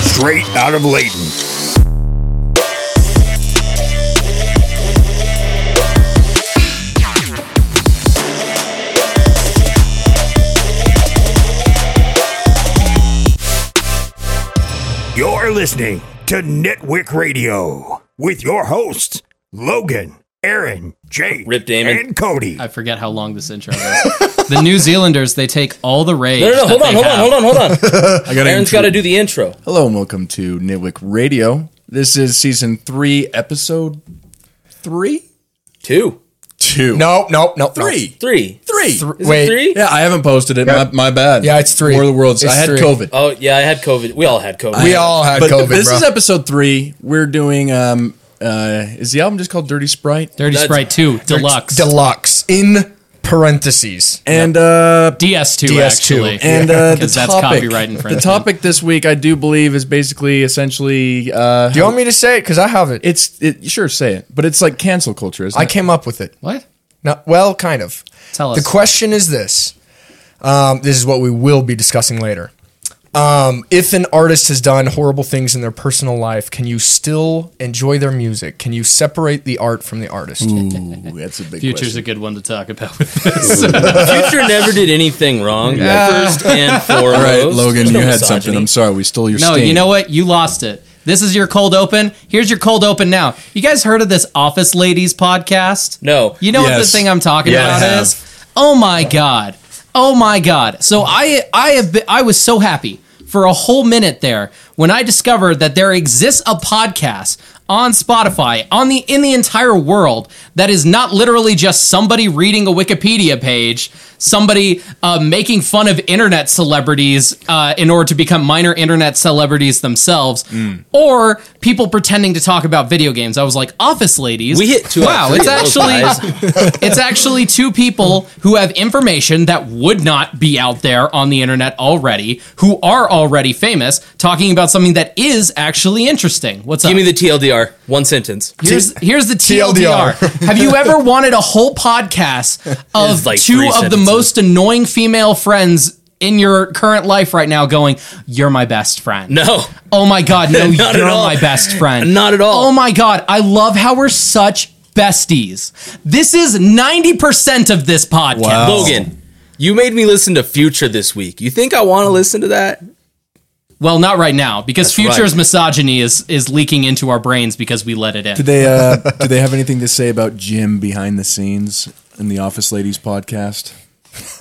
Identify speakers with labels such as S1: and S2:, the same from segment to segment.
S1: straight out of Layton. You're listening to Nitwick Radio with your hosts, Logan, Aaron, Jake,
S2: Rip Damon.
S1: and Cody.
S3: I forget how long this intro is. the New Zealanders, they take all the rage.
S2: No, no, no, hold on, hold on, hold on, hold on.
S4: I got
S2: Aaron's got to do the intro.
S4: Hello and welcome to Nitwick Radio. This is season three, episode three,
S2: Two,
S4: two,
S5: No, no, no.
S4: three,
S2: three.
S4: three.
S2: Is
S5: Wait.
S2: it three?
S4: Yeah, I haven't posted it. My, my bad.
S5: Yeah, it's three.
S4: War of the Worlds.
S5: It's
S4: I had
S5: three.
S4: COVID.
S2: Oh, yeah, I had COVID. We all had COVID.
S5: We all had
S4: but
S5: COVID,
S4: this
S5: bro.
S4: is episode three. We're doing. um uh Is the album just called Dirty Sprite?
S3: Dirty
S2: That's-
S3: Sprite 2, Deluxe.
S5: Deluxe in parentheses.
S4: And uh
S3: DS2,
S5: DS2.
S3: actually.
S4: and uh, the
S3: Because that's
S4: topic,
S3: copyright
S4: the
S3: infringement.
S4: topic this week, I do believe, is basically essentially. uh
S5: Do you want me to say it? Because I have it.
S4: It's it, sure say it, but it's like cancel culture. Isn't
S5: I
S4: it?
S5: came up with it.
S3: What?
S5: No, well, kind of.
S3: Tell us.
S5: The question is this. Um, this is what we will be discussing later. Um, if an artist has done horrible things in their personal life, can you still enjoy their music? Can you separate the art from the artist?
S4: Ooh, that's a big
S3: Future's
S4: question.
S3: a good one to talk about with this.
S2: Future never did anything wrong. First and foremost.
S4: All right, Logan,
S2: There's
S4: you
S2: no
S4: had
S2: misogyny.
S4: something. I'm sorry, we stole your.
S3: no,
S4: steam.
S3: you know what? You lost it. This is your cold open. Here's your cold open now. You guys heard of this Office Ladies podcast?
S2: No.
S3: You know what the
S4: Yes.
S3: thing I'm talking
S4: Yeah, I
S3: about
S4: have.
S3: is? Oh my god. Oh my god. So I I have been, I was so happy for a whole minute there when I discovered that there exists a podcast on Spotify on the in the entire world that is not literally just somebody reading a Wikipedia page, somebody uh, making fun of internet celebrities uh, in order to become minor internet celebrities themselves,
S2: Hmm.
S3: or people pretending to talk about video games. I was like, Office Ladies.
S2: We hit two out of
S3: Wow,
S2: three
S3: it's
S2: of those guys.
S3: actually it's actually two people who have information that would not be out there on the internet already, who are already famous, talking about something that is actually interesting. What's
S2: Give
S3: up?
S2: me the TLDR. One sentence.
S3: here's, here's the TLDR.
S5: TLDR.
S3: have you ever wanted a whole podcast of
S2: It's like
S3: two
S2: three
S3: of the
S2: sentences.
S3: most annoying female friends in your current life right now going, You're my best friend?
S2: No.
S3: Oh my god, no, you're
S2: Not at all.
S3: my best friend.
S2: Not at all.
S3: Oh my god, I love how we're such besties. This is 90% of this podcast.
S4: Wow.
S2: Logan, you made me listen to Future this week. You think I want to listen to that?
S3: Well, not right now, because
S2: right.
S3: Future's misogyny is is leaking into our brains because we let it in.
S4: Do they uh, do they have anything to say about Jim behind the scenes in the Office Ladies podcast?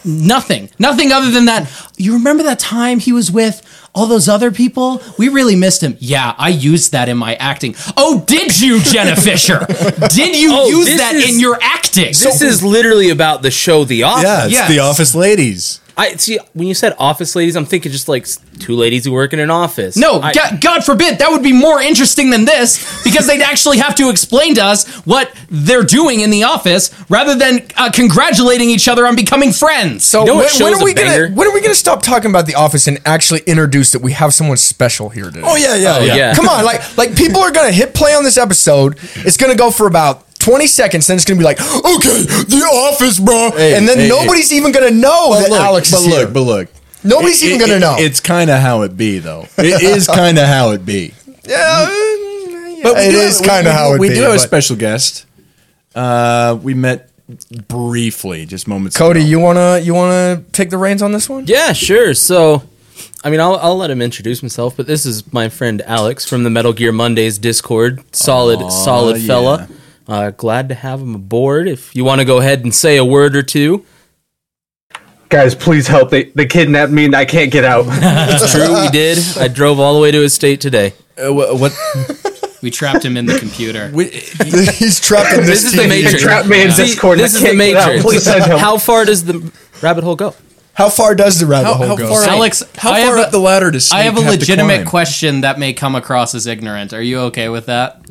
S3: Nothing. Nothing other than that. You remember that time he was with all those other people? We really missed him. Yeah, I used that in my acting. Oh, did you, Jenna Fisher? Did you
S2: Oh,
S3: use
S2: this
S3: that
S2: is-
S3: in your acting?
S2: This is literally about the show The Office.
S4: Yeah, it's
S3: Yes.
S4: the Office Ladies.
S2: I see when you said office ladies, I'm thinking just like s- two ladies who work in an office.
S3: No,
S2: I-
S3: God, God forbid that would be more interesting than this because they'd actually have to explain to us what they're doing in the office rather than uh, congratulating each other on becoming friends.
S5: So
S2: know
S5: when,
S2: what
S5: when
S2: show's
S5: are
S2: a
S5: we gonna
S2: banger?
S5: when are we gonna stop talking about the office and actually introduce that we have someone special here today?
S4: Oh yeah, yeah,
S2: yeah.
S5: Come on, like like people are gonna hit play on this episode. It's gonna go for about 20 seconds, then it's gonna be like, okay, the office, bro.
S4: Hey,
S5: and then
S4: hey,
S5: nobody's even gonna know that
S4: look,
S5: Alex
S4: but
S5: is
S4: look,
S5: here.
S4: but look,
S5: Nobody's
S4: It-
S5: even
S4: it-
S5: gonna
S4: it-
S5: know.
S4: It's kind of how it be, though. It is kind of how it be.
S5: yeah,
S4: But
S5: it is kind of how it
S4: we
S5: be,
S4: do have a
S5: but-
S4: special guest. Uh, we met briefly, just moments.
S5: Cody,
S4: ago.
S5: you wanna you wanna take the reins on this one?
S2: Yeah, sure. So, I mean, I'll, I'll let him introduce himself, but this is my friend Alex from the Metal Gear Mondays Discord. Solid, solid
S4: yeah.
S2: fella. Uh, glad to have him aboard. If you want to go ahead and say a word or two,
S6: Guys, please help. They they kidnapped me and I can't get out.
S2: it's true, we did. I drove all the way to his state today.
S4: Uh, wha- what?
S3: we trapped him in the computer.
S5: He's trapped in
S2: This
S5: this.
S2: is the
S5: TV.
S2: Matrix.
S6: trapped me in
S2: See,
S6: Discord and
S2: This
S6: I
S2: is the
S6: can't get out.
S2: Matrix.
S6: Please send help.
S2: How far does the rabbit hole go?
S5: How far does the rabbit
S4: How,
S5: hole
S4: how
S5: go?
S4: far?
S3: Alex,
S4: how
S3: I have
S4: far
S3: a-
S4: up the ladder does Snake
S3: I have a
S4: to
S3: legitimate
S4: climb?
S3: question that may come across as ignorant. Are you okay with that?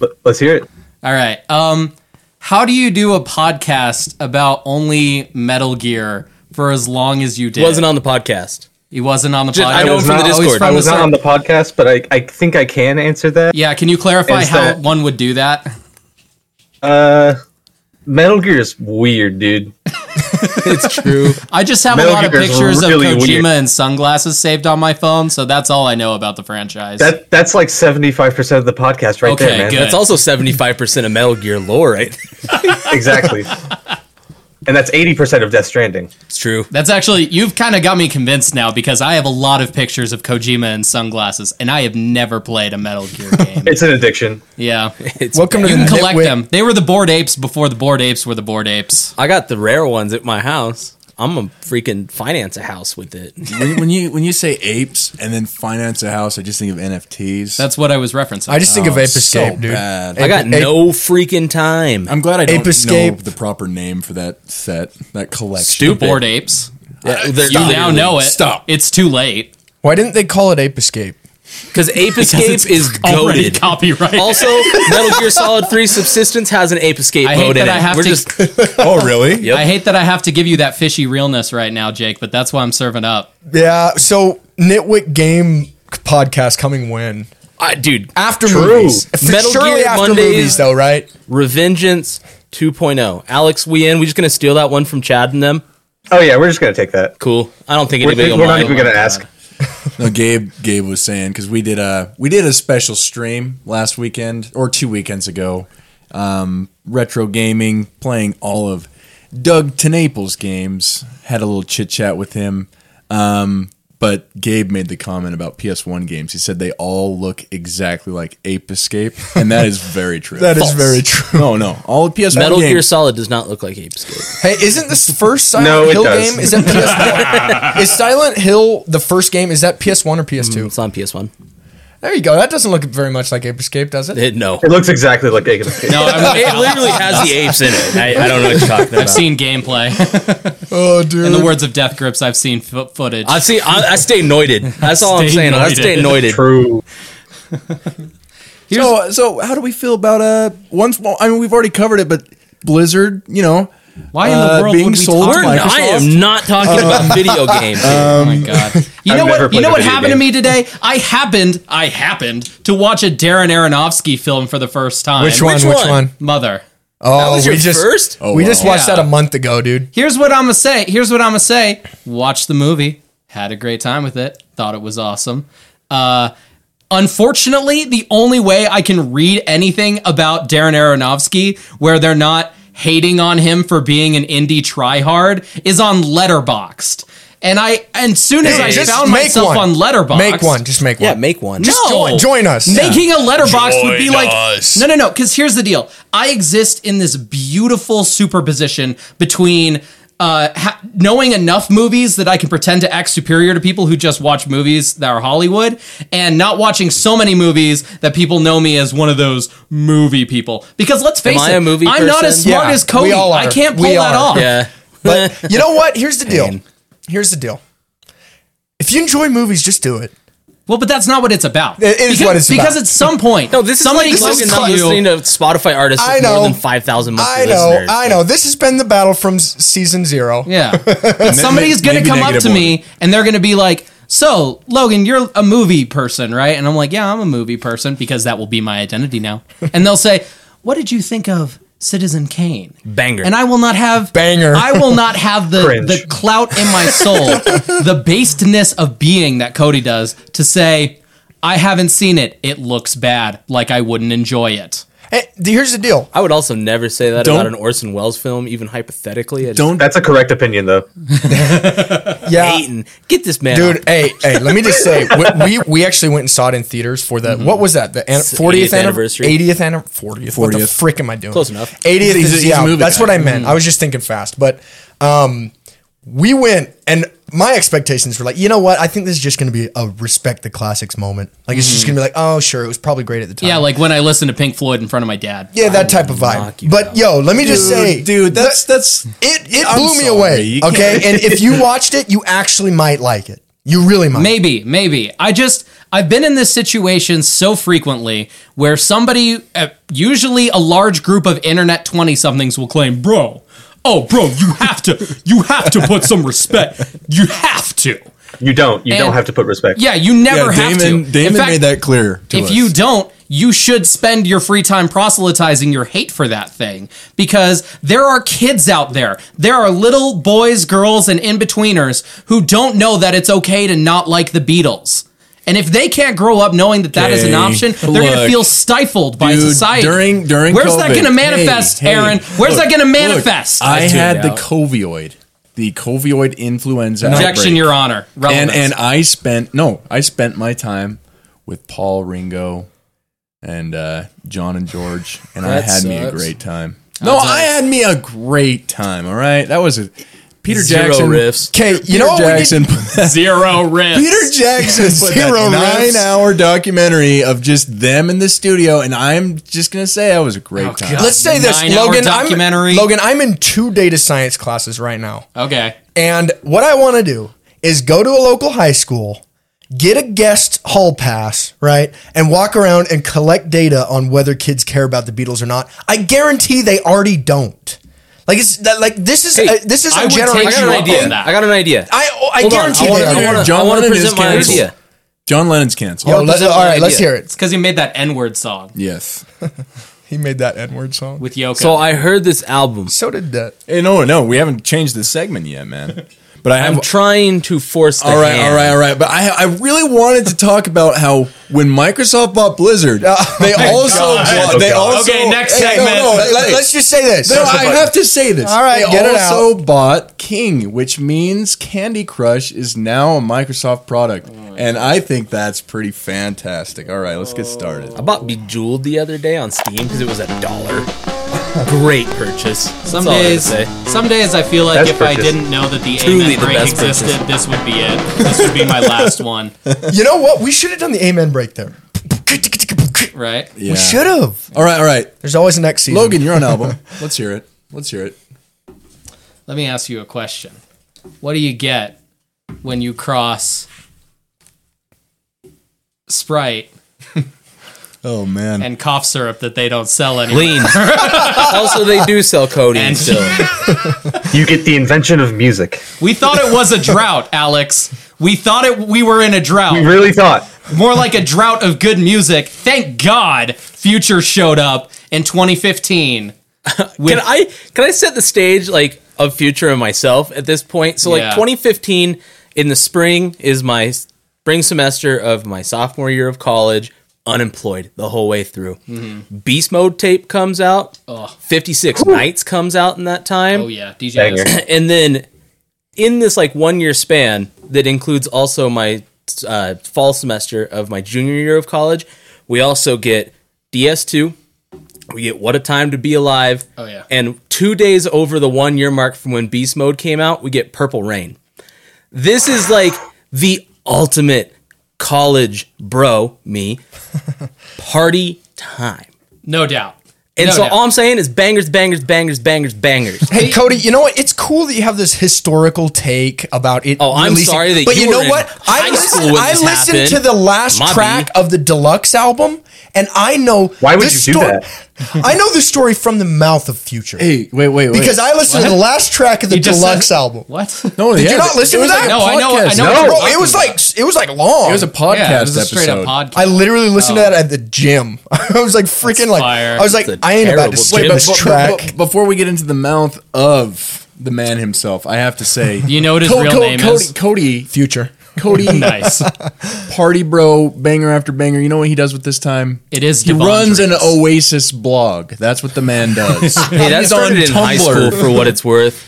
S6: Let- Let's hear it.
S3: All right. Um, how do you do a podcast about only Metal Gear for as long as you did?
S2: Wasn't on the podcast.
S3: he wasn't on the podcast.
S2: I know
S6: was
S2: him from the
S6: not- I was
S2: Discord.
S3: from
S6: I was not
S3: start.
S6: on the podcast, but I, I think I can answer that.
S3: yeah, can you clarify
S6: Is
S3: how
S6: that-
S3: one would do that?
S6: Uh, Metal Gear is weird, dude.
S2: it's true.
S3: I just have
S6: Metal
S3: a lot of
S6: Gear is
S3: pictures
S6: really
S3: of Kojima
S6: weird.
S3: and sunglasses saved on my phone, so that's all I know about the franchise.
S6: That that's like seventy five percent of the podcast right
S3: Okay,
S6: there, man.
S3: good.
S2: That's also 75% of Metal Gear lore, right?
S6: Exactly. and that's eighty percent of Death Stranding.
S2: It's true.
S3: That's actually you've kind of got me convinced now because I have a lot of pictures of Kojima and sunglasses, and I have never played a Metal Gear game.
S6: It's an addiction.
S3: yeah,
S2: It's
S5: Welcome to
S3: you
S5: the
S3: can collect
S5: Nitwit-
S3: them. They were the bored apes before the bored apes were the bored apes.
S2: I got the rare ones at my house. I'm gonna freaking finance a house with it.
S4: when, when you when you say apes and then finance a house, I just think of NFTs.
S3: That's what I was referencing.
S5: I just think of Ape
S4: Oh, so
S5: Escape, dude.
S4: bad.
S2: I got
S5: Ape-
S2: no freaking time.
S4: I'm glad I don't
S5: Ape Escape.
S4: know the proper name for that set, that collection.
S3: the
S2: stupid.
S3: bored apes.
S2: Yeah, they're-
S3: You now know it.
S4: Stop.
S3: It's too late.
S5: Why didn't they call it Ape Escape?
S2: Because Ape
S3: it's
S2: Escape is
S3: Already
S2: goaded.
S3: copyright.
S2: Also, Metal Gear Solid 3 Subsistence has an Ape Escape
S3: I hate
S2: mode in
S3: that
S2: it.
S3: I have
S2: We're
S3: to.
S2: just
S4: Oh, really?
S2: Yep.
S3: I hate that I have to give you that fishy realness right now, Jake. But that's why I'm serving up.
S5: Yeah. So Nitwit Game podcast coming when
S2: I, dude.
S5: after
S6: True.
S5: movies. F-
S2: Metal
S5: surely
S2: Gear
S5: after
S2: Mondays-
S5: movies, though, right?
S2: Revengeance 2.0. Alex, we in? We just gonna steal that one from Chad and them?
S6: Oh yeah, we're just gonna take that.
S2: Cool. I don't think
S6: We're,
S2: anybody. will
S6: we're not
S2: mind.
S6: even gonna ask.
S4: No, Gabe. Gabe was saying because we did a we did a special stream last weekend or two weekends ago, um, retro gaming, playing all of Doug Tenaple's games. Had a little chit chat with him, um, but Gabe made the comment about PS1 games. He said they all look exactly like Ape Escape, and that is very true.
S5: That is very true.
S4: No, no, all the PS1
S2: Metal
S4: games.
S2: Gear Solid does not look like Ape Escape.
S5: Hey, isn't this the first Silent
S6: No, it
S5: Hill
S6: does.
S5: game? Is that PS1? is Silent Hill the first game? Is that PS1 or PS2?
S2: It's on PS1.
S5: There you go. That doesn't look very much like Ape Escape, does it?
S2: It, no.
S6: It looks exactly like Ape Escape.
S3: No, I'm,
S2: It literally has the apes in it. I, I don't know what you're talking about.
S3: I've seen gameplay.
S5: Oh, dude.
S3: In the words of Death Grips, I've seen fo- footage.
S2: I see. I, I stay anointed. That's all I'm
S3: Stay
S2: saying. I
S3: anointed.
S2: stay anointed.
S6: True.
S4: So, so how do we feel about uh once? Well, I mean, we've already covered it, but Blizzard, you know,
S3: Why in the
S4: uh,
S3: world
S4: being
S3: would we
S4: sold
S3: talk
S4: to
S2: We're not- I am not talking
S3: uh,
S2: about video games. here.
S3: Oh my god! You know
S6: I've never
S3: what? You
S6: played
S3: know
S6: a
S3: what
S6: video
S3: happened to
S6: game.
S3: me today? I happened, I happened to watch a Darren Aronofsky film for the first time.
S5: which one?
S2: which
S5: Which
S2: one?
S5: one?
S3: Mother.
S5: Oh,
S2: that was your
S5: we just
S2: first.
S5: we just
S4: wow.
S5: watched
S3: Yeah.
S5: that a month ago, dude.
S3: Here's what I'm gonna say. Here's what I'm gonna say. Watch the movie. Had a great time with it. Thought it was awesome. Uh, unfortunately, the only way I can read anything about Darren Aronofsky where they're not hating on him for being an indie tryhard is on Letterboxed. And I and soon as I
S5: Just
S3: found
S5: make
S3: myself
S5: one.
S3: on Letterboxd,
S5: Make one. Just make
S2: Yeah,
S5: one.
S2: make one.
S3: No,
S5: Join, join us.
S3: Making a letterbox would be
S4: Join
S3: like
S4: us.
S3: no, no, no. Because here's the deal: I exist in this beautiful superposition between uh, ha- knowing enough movies that I can pretend to act superior to people who just watch movies that are Hollywood, and not watching so many movies that people know me as one of those movie people. Because let's face
S2: I
S3: it,
S2: a movie
S3: I'm not
S2: person?
S3: as smart
S5: Yeah,
S3: as Cody.
S5: we all
S3: I
S5: are.
S3: can't pull
S5: We
S3: that
S5: are.
S3: off.
S2: Yeah.
S5: But you know what? Here's the deal. Here's the deal. If you enjoy movies, just do it.
S3: Well, but that's not what it's about.
S5: It is
S3: because,
S5: what it's
S3: because
S5: about.
S3: at some point,
S2: No, this is
S3: somebody
S2: somebody like Logan
S3: comes
S2: not
S3: to you-
S2: listening to Spotify artists
S5: I
S2: with more
S5: know.
S2: than five thousand monthly
S5: I know,
S2: listeners.
S5: I know. This has been the battle from s- season zero.
S3: Yeah. But somebody's going to
S4: maybe
S3: come up
S4: negative
S3: to me and they're going to be like, so, Logan, you're a movie person, right? And I'm like, yeah, I'm a movie person because that will be my identity now. and they'll say, what did you think of Citizen Kane?
S2: Banger.
S3: And I will not have
S5: Banger.
S3: I will not have the
S6: Cringe.
S3: the clout in my soul, the basedness of being that Cody does to say, I haven't seen it. It looks bad. Like I wouldn't enjoy it.
S5: Hey, d- here's the deal.
S2: I would also never say that about
S4: Don't-
S2: an Orson Welles film, even hypothetically. I just
S4: Don't
S6: That's a correct opinion though.
S5: Yeah,
S2: hating. Get this man,
S5: dude.
S2: off.
S5: Hey, hey. Let me just say, we, we we actually went and saw it in theaters for the what was that? The fortieth
S2: 80th anniversary.
S5: eightieth anniversary, fortieth. What the
S4: 40th.
S5: frick am I doing?
S2: Close enough.
S5: Eightieth
S4: He's a-
S5: is
S4: he's a
S5: yeah.
S4: movie
S5: That's
S4: guy. Mm-hmm.
S5: what I meant. I was just thinking fast, but um, we went and my expectations were like, you know what? I think this is just going to be a respect the classics moment. Like it's just going to be like, oh sure, it was probably great at the time.
S3: Yeah, like when I listen to Pink Floyd in front of my dad.
S5: Yeah, that type of vibe. But yo, let me just say,
S4: dude, that's that's
S5: It it
S4: I'm
S5: blew me
S4: sorry,
S5: away.
S4: you
S5: Okay,
S4: can't-
S5: and if you watched it, you actually might like it. You really might.
S3: Maybe, maybe. I just I've been in this situation so frequently where somebody, uh, usually a large group of internet twenty somethings, will claim, "Bro, oh, bro, you have to, you have to put some respect. You have to."
S6: You don't. You don't
S3: And-
S6: have to put respect.
S3: Yeah, you never
S4: yeah,
S3: have
S4: Damon,
S3: to.
S4: Damon
S3: In fact,
S4: made that clear. To
S3: if
S4: us.
S3: you don't, you should spend your free time proselytizing your hate for that thing because there are kids out there. There are little boys, girls, and in betweeners who don't know that it's okay to not like the Beatles. And if they can't grow up knowing that that is an
S4: Okay,
S3: option, they're going to
S4: look,
S3: feel stifled by
S4: Dude,
S3: society.
S4: during during
S3: where's that
S4: COVID.
S3: going to manifest,
S4: Hey, hey,
S3: Aaron? Where's
S4: look,
S3: that going to
S4: look,
S3: manifest?
S4: I
S2: Let's do it
S4: had the
S2: out.
S4: covioid, the covioid influenza
S3: Objection,
S4: outbreak.
S3: Your Honor.
S4: and
S3: Relevance.
S4: and I spent no, I spent my time with Paul Ringo and uh, John and George, and I
S2: That
S4: had me a
S2: sucks.
S4: great time. No, I had me a great time. All right, that was a Peter
S2: Zero
S4: Jackson
S2: riffs.
S5: Okay, you
S4: Peter
S5: know what we did-
S4: Jackson. put that-
S3: zero riffs.
S4: Peter Jackson put
S5: Zero riffs.
S4: that nine-hour documentary of just them in the studio, and I'm just gonna say that was a great time.
S3: Oh, God.
S5: Let's say this,
S3: Nine-hour
S5: Logan.
S3: documentary.
S5: I'm Logan. I'm in two data science classes right now,
S3: Okay.
S5: and what I want to do is go to a local high school, get a guest hall pass, right, and walk around and collect data on whether kids care about the Beatles or not. I guarantee they already don't. Like it's that. Like this is
S2: Hey,
S5: a, this is
S3: I
S5: a
S3: would take
S2: I got
S5: generation.
S3: you
S2: an
S3: up
S2: idea.
S3: on that.
S2: I got an idea.
S5: I I
S2: Hold on,
S5: guarantee
S2: I wanna-
S5: they
S2: I
S5: already
S2: wanna-
S5: don't.
S4: John
S2: I wanna
S4: Lennon is
S2: present my
S4: canceled.
S2: idea.
S4: John Lennon's canceled.
S5: Yo, let-
S2: present
S5: all
S2: my
S5: right, let's
S2: idea.
S5: hear it.
S3: It's because he made that N word song
S4: yes.
S5: He made that N word song.
S3: with Yoko.
S2: So I heard this album.
S5: So did that.
S4: Hey, no, no, we haven't changed the segment yet, man. But I have
S2: I'm trying to force the
S4: All right,
S2: hand.
S4: all right, all right. But I, I really wanted to talk about how when Microsoft bought Blizzard,
S2: Oh
S4: they also, bought-
S6: Oh,
S4: they
S6: God.
S4: also,
S3: Okay, next
S4: Hey,
S3: segment.
S4: No, no,
S5: Let, us just say this.
S4: no, I have to say this.
S5: All right,
S4: they
S5: get it
S4: also bought King, which means Candy Crush is now a Microsoft
S3: Oh,
S4: product, and I think that's pretty fantastic. All right, let's get started.
S3: Oh.
S2: I bought Bejeweled the other day on Steam because it was a dollar. Great purchase.
S3: Some
S2: That's all I gotta
S3: days,
S2: say.
S3: some days I feel like
S6: Best
S3: if I
S6: purchase.
S3: didn't know that the
S2: Truly
S3: Amen
S2: the
S3: break
S2: best
S3: existed,
S2: purchase.
S3: this would be it. This would be my last one,
S5: You know what? We should have done the amen break there.
S3: right?
S4: Yeah.
S5: We should have.
S4: All right, all right.
S5: There's always an next season.
S4: Logan, you're on album. let's hear it. Let's hear it.
S3: Let me ask you a question. What do you get when you cross Sprite
S4: Oh man.
S3: and cough syrup that they don't sell anymore?
S2: Lean. also, they do sell codeine
S3: And-
S2: still.
S6: You get the invention of music.
S3: We thought it was a drought, Alex. We thought it. We were in a drought.
S6: You really thought.
S3: more like a drought of good music. Thank God Future showed up in 2015.
S2: Can I can I set the stage like of future and myself at this point? So like
S3: Yeah.
S2: 2015 in the spring is my spring semester of my sophomore year of college. Unemployed the whole way through. Beast mode tape comes out. 56 nights comes out in that time.
S3: Oh yeah, DJ.
S6: Banger.
S3: Alex.
S2: and then in this like one year span that includes also my uh, fall semester of my junior year of college, we also get DS2. We get What a Time to Be Alive.
S3: Oh, yeah.
S2: And two days over the one year mark from when Beast Mode came out, we get Purple Rain. This is like the ultimate college bro me party time.
S3: No doubt.
S2: And
S3: No
S2: so
S3: doubt.
S2: all I'm saying is bangers, bangers, bangers, bangers, bangers.
S5: Hey Cody, you know what? It's cool that you have this historical take about it.
S2: Oh, I'm sorry that
S5: but
S2: you
S5: you know
S2: were in
S5: what?
S2: high
S5: I
S2: school
S5: listened,
S2: when
S5: I
S2: this
S5: listened
S2: happened.
S5: to the last
S2: My
S5: track
S2: B.
S5: of the deluxe album, and I know
S6: Why would
S5: this
S6: you do
S5: sto-
S6: that?
S5: I know the story from the mouth of Future
S4: Hey, wait, wait, wait.
S5: because I listened to the last track of the
S3: You just
S5: deluxe
S3: said-
S5: album.
S3: What?
S4: no,
S5: Did
S4: yeah,
S5: you not listen
S4: it
S5: to
S4: was
S5: that?
S4: like a
S3: No, I know- I
S4: podcast.
S3: know what
S6: No.
S3: you're
S5: Bro,
S3: talking
S5: it was
S3: about.
S5: like it was like long.
S4: It was a podcast
S3: yeah, it was a straight
S4: episode.
S3: up podcast.
S5: I literally listened to that at the gym. I was like freaking like
S3: fire.
S5: I was like
S2: Oh. That's a
S5: I ain't about
S2: terrible
S5: to skip
S2: gym
S5: this
S4: bu- bu-
S5: track.
S4: bu- before we get into the mouth of the man himself, I have to say,
S3: You know what his real name
S4: Cody,
S3: is?
S4: Cody,
S5: Future.
S4: Cody,
S3: nice.
S4: party bro, banger after banger. You know what he does with this time?
S3: It is.
S4: He
S3: Devon
S4: runs an
S3: Dreams.
S4: Oasis blog. That's what the man does.
S2: Hey, that started in high school for what it's worth.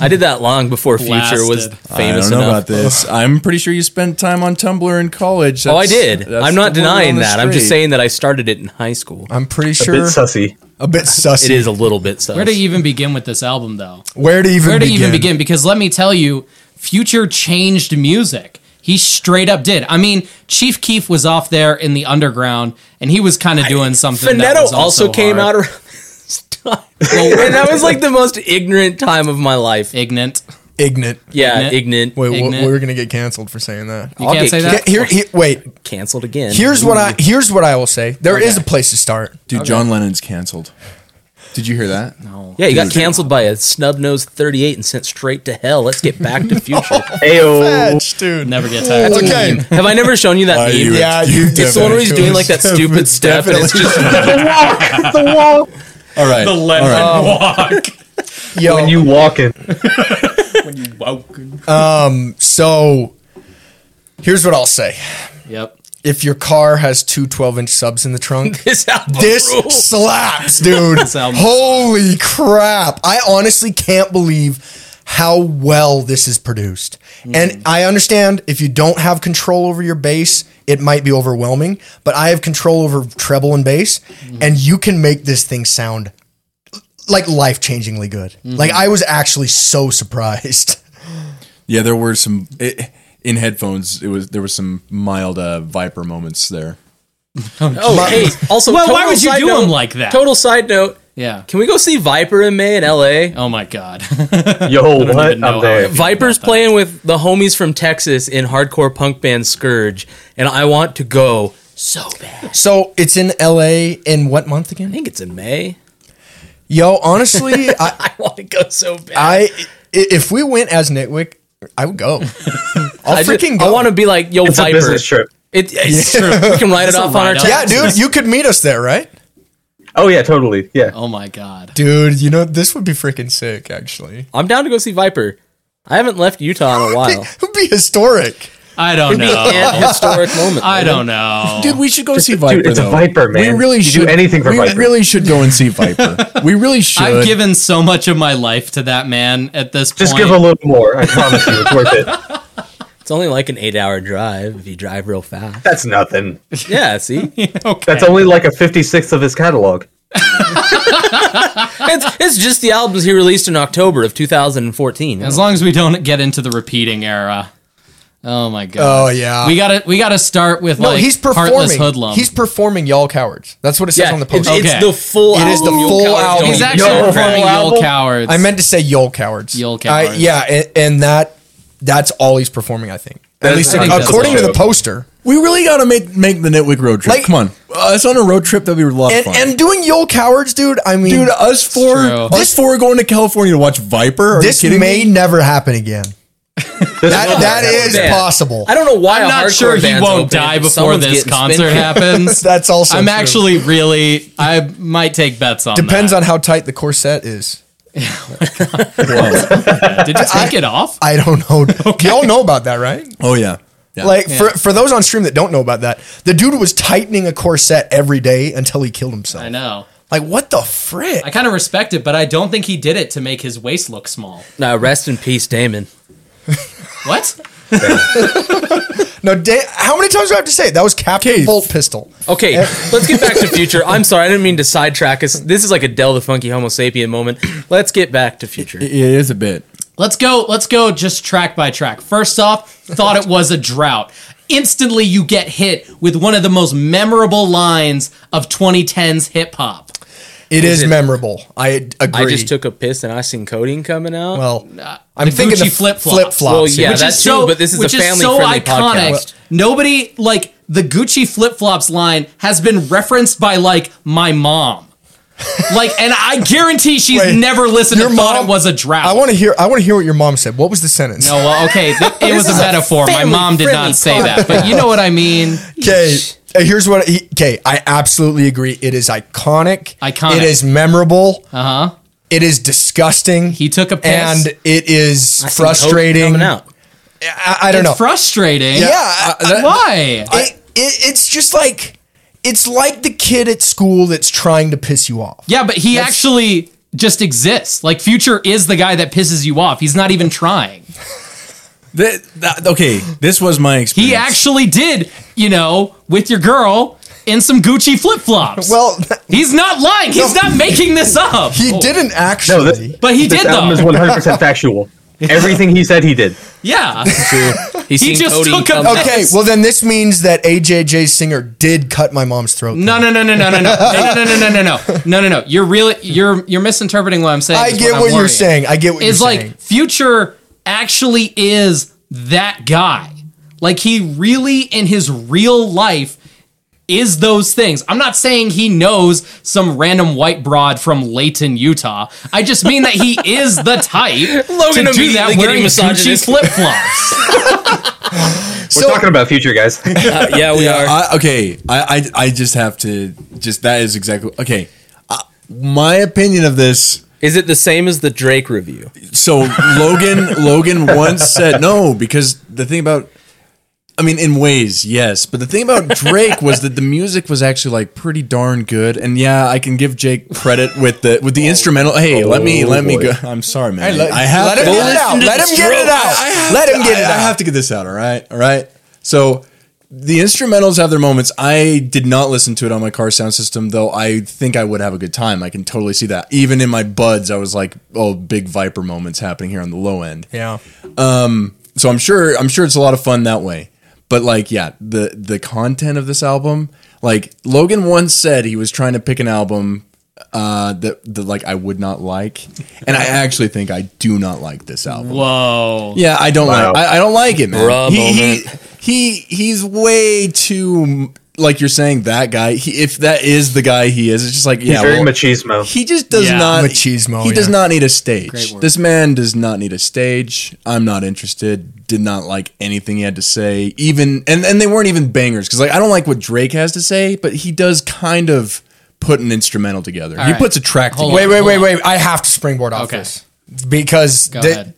S2: I did that long before Future was
S3: Blasted.
S4: I
S2: famous
S4: don't know
S2: enough.
S4: about this. I'm pretty sure you spent time on Tumblr in college.
S2: Oh, I
S4: That's-
S2: did.
S4: that's
S2: I'm not
S4: the word on
S2: denying
S4: the
S2: that. I'm just
S4: street.
S2: saying that I started it in high school.
S5: I'm pretty
S6: A bit
S5: sure
S6: sussy.
S5: a bit sussy.
S2: It is a little bit sus.
S3: Where do you even begin with this album, though?
S5: Where to even
S3: Where to
S5: begin?
S3: even begin? Because let me tell you, Future changed music. He straight up did. I mean, Chief Keef was off there in the underground, and he was kind of doing something. that
S2: Finetto
S3: was
S2: also, came out
S3: hard.
S2: around this time. and that was like the most ignorant time of my life.
S3: ignorant.
S5: Ignorant.
S2: Yeah,
S3: Ignorant.
S2: ignorant.
S5: Wait, we-
S3: Ignorant.
S5: we're gonna get canceled for saying that.
S3: You
S2: I'll get
S3: can't say
S5: Yeah,
S3: that.
S5: here, here- wait.
S2: Canceled again.
S5: Here's what I here's what I will say. There is a place to start.
S4: Dude, John Lennon's canceled. Did you hear that?
S2: Yeah, you got canceled by a snub-nosed 38 and sent straight to hell. Let's get back to future.
S6: Ayo.
S5: Fetch, dude.
S3: Never get tired.
S5: That's okay.
S2: Have I never shown you that
S4: Why
S2: meme?
S4: you-
S5: Yeah,
S4: You
S5: you
S2: It's the one where he's doing like that
S4: Definitely.
S2: stupid step, and it's just
S4: All right.
S7: The lemon
S4: All right.
S7: walk.
S5: Yo,
S3: Oh.
S6: When you walking.
S7: Woken.
S5: so here's what I'll say.
S3: Yep.
S5: If your car has two 12 inch subs in the trunk,
S2: this album
S5: this
S2: rules.
S5: slaps, dude.
S3: album-
S5: Holy crap. I honestly can't believe how well this is produced. And I understand if you don't have control over your bass, it might be overwhelming, but I have control over treble and bass, and you can make this thing sound like life changingly good. Like, I was actually so surprised.
S4: Yeah, there were some it, in headphones. It was there was some mild uh, viper moments there.
S2: Oh, hey, also,
S3: Well, why
S2: total
S3: would you
S2: side
S3: do
S2: note-
S3: him like that?
S2: Total side note.
S3: Yeah.
S2: Can we go see Viper in May in L.A.?
S3: Oh my god.
S6: Yo,
S3: even
S6: what?
S3: know
S6: I'm there.
S3: how
S2: Viper's playing with the homies from Texas in hardcore punk band Scourge, and I want to go so bad.
S5: So, it's in LA in what
S2: I
S5: month again?
S2: think it's in May.
S5: Yo, honestly, I,
S2: I want to go so bad.
S5: I i- if we went as Nitwick, I would go. I'll
S2: I, just-
S5: freaking
S2: I
S5: go.
S2: want to be like, yo,
S6: It's a
S2: Viper.
S6: business trip.
S2: It, it's true. We can write it off on our
S3: write-off.
S2: taxes.
S5: Yeah, dude, you could meet us there, right?
S6: Oh yeah, totally. Yeah.
S3: Oh my god.
S5: Dude, you know this would be freaking sick, actually.
S2: I'm down to go see Viper. I haven't left Utah in a while.
S5: It would be historic.
S3: I don't know.
S2: An historic moment.
S3: I
S2: man.
S3: don't know.
S4: Dude, we should go see Viper.
S6: Dude, it's
S4: though.
S6: a viper, man.
S4: We really
S6: You
S4: should
S6: do anything for
S4: we
S6: viper.
S4: really should go and see Viper. we really should.
S3: I've given so much of my life to that man at this
S6: Just
S3: point.
S6: give a little more. I promise you, it's worth it.
S2: It's only like an eight-hour drive if you drive real fast.
S6: That's nothing.
S2: Yeah, see,
S6: That's only like a 56th of his catalog.
S2: it's, it's just the albums he released in October of 2014.
S3: As long as we don't get into the repeating era. Oh my god.
S5: Oh yeah.
S3: we gotta we gotta start with
S5: no,
S3: like
S5: he's
S3: heartless
S5: performing.
S3: hoodlum.
S5: He's performing y'all cowards. That's what it says
S2: yeah,
S5: on the
S2: it's,
S5: poster.
S2: it's
S3: Okay.
S2: the full.
S5: It
S2: album.
S5: is the
S2: You
S5: full
S2: cowards
S5: album.
S2: don't
S3: he's
S2: eat.
S3: actually
S6: Yo,
S3: performing
S6: full
S3: Yell
S6: album?
S3: Cowards.
S5: I meant to say y'all cowards.
S3: Y'all
S5: I-
S3: cowards.
S5: yeah, and, and that that's all he's performing, I think. At least
S3: I think that's
S5: according to
S6: all.
S5: the poster.
S4: we really got to make make the Nitwick road trip.
S5: Like-
S4: Come on, us on a road trip that'd be a lot of
S5: And
S4: fun.
S5: and doing y'all cowards, dude, I mean
S4: dude, us four,
S3: true.
S4: us four going to California to watch Viper. Are
S5: this
S4: you kidding
S5: may
S4: me?
S5: never happen again. that that is
S2: bad.
S5: possible.
S2: I don't know why.
S3: I'm
S2: a
S3: not
S2: hardcore
S3: sure he
S2: band's
S3: won't
S2: open.
S3: die before
S2: Someone's
S3: this
S2: getting
S3: concert
S2: spin-
S3: happens.
S5: That's also
S3: I'm
S5: true.
S3: actually really I might take bets on
S5: Depends
S3: that.
S5: on how tight the corset is.
S3: Did you take it off?
S5: I don't know. Y'all know about that, right?
S4: Oh yeah, yeah.
S5: Like for for those on stream that don't know about that, the dude was tightening a corset every day until he killed himself.
S3: I know.
S5: Like what the frick?
S3: I kind of respect it, but I don't think he did it to make his waist look small.
S2: No, rest in peace, Damon.
S3: What?
S5: no, da- how many times do I have to say it? that was Captain
S4: Okay.
S5: Bolt pistol?
S2: Okay, let's get back to future. I'm sorry, I didn't mean to sidetrack us. This is like a Del the Funky Homo Sapien moment. Let's get back to future.
S4: it is a bit.
S3: Let's go. Let's go just track by track. First off, thought it was a drought. Instantly, you get hit with one of the most memorable lines of 2010s hip hop.
S5: It is,
S2: it-
S5: memorable. I
S2: I
S5: agree.
S2: just took a piss and I seen coding coming out.
S5: well. I'm
S3: the
S5: thinking
S3: Gucci
S5: the
S3: flip-flops.
S5: flip flops.
S2: Well, yeah,
S3: Which
S2: that
S3: is
S2: too,
S3: so,
S2: but this is
S3: which
S2: a family
S3: so
S2: friendly
S3: iconic.
S2: podcast.
S3: Nobody like the Gucci flip flops line has been referenced by like my mom. Like, and I guarantee she's
S5: Wait,
S3: never listened
S5: your
S3: to thought
S5: mom-
S3: it was a drought.
S5: I want to hear. I want to hear what your mom said. What was the sentence?
S3: No, well, okay, th- it was a
S2: is a
S3: metaphor. My mom did
S2: family-friendly
S3: not say that, but you know what I mean.
S5: Okay. uh, Here's what. Okay. I absolutely agree. It is iconic.
S3: Iconic.
S5: It is memorable.
S3: Uh huh.
S5: It is disgusting.
S3: He took a piss.
S5: and it is
S2: I seen Coke
S5: frustrating.
S2: coming
S5: I,
S2: out.
S5: I don't know.
S3: It's frustrating.
S5: yeah, I-
S3: Uh,
S5: I-
S3: Why?
S5: it, it, it's just like it's like the kid at school that's trying to piss you off.
S3: yeah, but he actually just exists. Like Future is the guy that pisses you off. He's not even trying.
S4: That, that- okay, this was my experience.
S3: He actually did, you know, with your girl in some Gucci flip flops.
S5: Well,
S3: he's not lying. He's not making this up.
S5: he
S3: Oh,
S5: didn't actually.
S3: but he
S6: This
S3: did
S6: album
S3: though.
S6: is 100 percent factual. Everything he said, he did.
S3: yeah.
S2: He, seen
S3: just
S2: Codeine
S3: took a-
S2: come out.
S5: okay, well then this means that AJJ Singer did cut my mom's throat.
S3: No, no, no, no, no, no, no, no, no, no, no, no, no, no, no, no. You're really, you're, you're misinterpreting what I'm saying.
S5: I
S3: is
S5: get
S3: I'm
S5: what you're
S3: worrying.
S5: saying. I get what
S3: is
S5: you're
S3: like
S5: saying.
S3: Future actually is that guy. Like he really in his real life is those things. I'm not saying he knows some random white broad from Layton, Utah. I just mean that he is the type
S2: Logan
S3: to do
S2: immediately
S3: that
S2: getting
S3: wearing Gucci
S2: misogynist.
S3: flip flops.
S6: We're talking about future, guys.
S2: Uh, yeah, we are.
S4: I, okay, I, I I just have to just that is exactly okay. Uh, my opinion of this.
S2: Is it the same as the Drake review?
S4: So Logan Logan once said no because the thing about I mean in ways yes, but the thing about Drake was that the music was actually like pretty darn good and yeah I can give Jake credit with the with the instrumental. Hey, let me let me go. I'm sorry man. I have
S5: Oh, let him
S4: to-
S5: get it out. Let him get it out. Let him get
S4: I,
S5: it
S4: I
S5: out.
S4: have to get this out. All right, all right. So the instrumentals have their moments. I did not listen to it on my car sound system, though. I think I would have a good time. I can totally see that. Even in my buds, I was like, "Oh, big Viper moments happening here on the low end." Um,
S5: Yeah.
S4: So I'm sure I'm sure it's a lot of fun that way. But like, yeah, the the content of this album, like Logan once said he was trying to pick an album uh that, that like I would not like. And I actually think I do not like this album.
S3: Whoa.
S4: Yeah, I don't
S6: Wow.
S4: like. I, I don't like it, man.
S2: Bruh
S4: he, he he he's way too like you're saying that guy. He, if that is the guy he is, it's just like yeah,
S6: He's very
S4: well,
S6: machismo.
S4: he just does
S3: Yeah.
S4: not
S5: Machismo,
S4: He does
S5: Oh, yeah.
S4: not need a stage.
S3: word.
S4: This man does not need a stage. I'm not interested. Did not like anything he had to say. Even and and they weren't even bangers because like I don't like what Drake has to say, but he does kind of put an instrumental together. he
S3: right.
S4: puts a track
S3: Hold
S4: together.
S5: Wait, wait,
S3: Hold
S5: wait,
S3: on.
S5: wait. I have to springboard off
S3: Okay.
S5: this because
S3: Go
S5: the-
S3: ahead.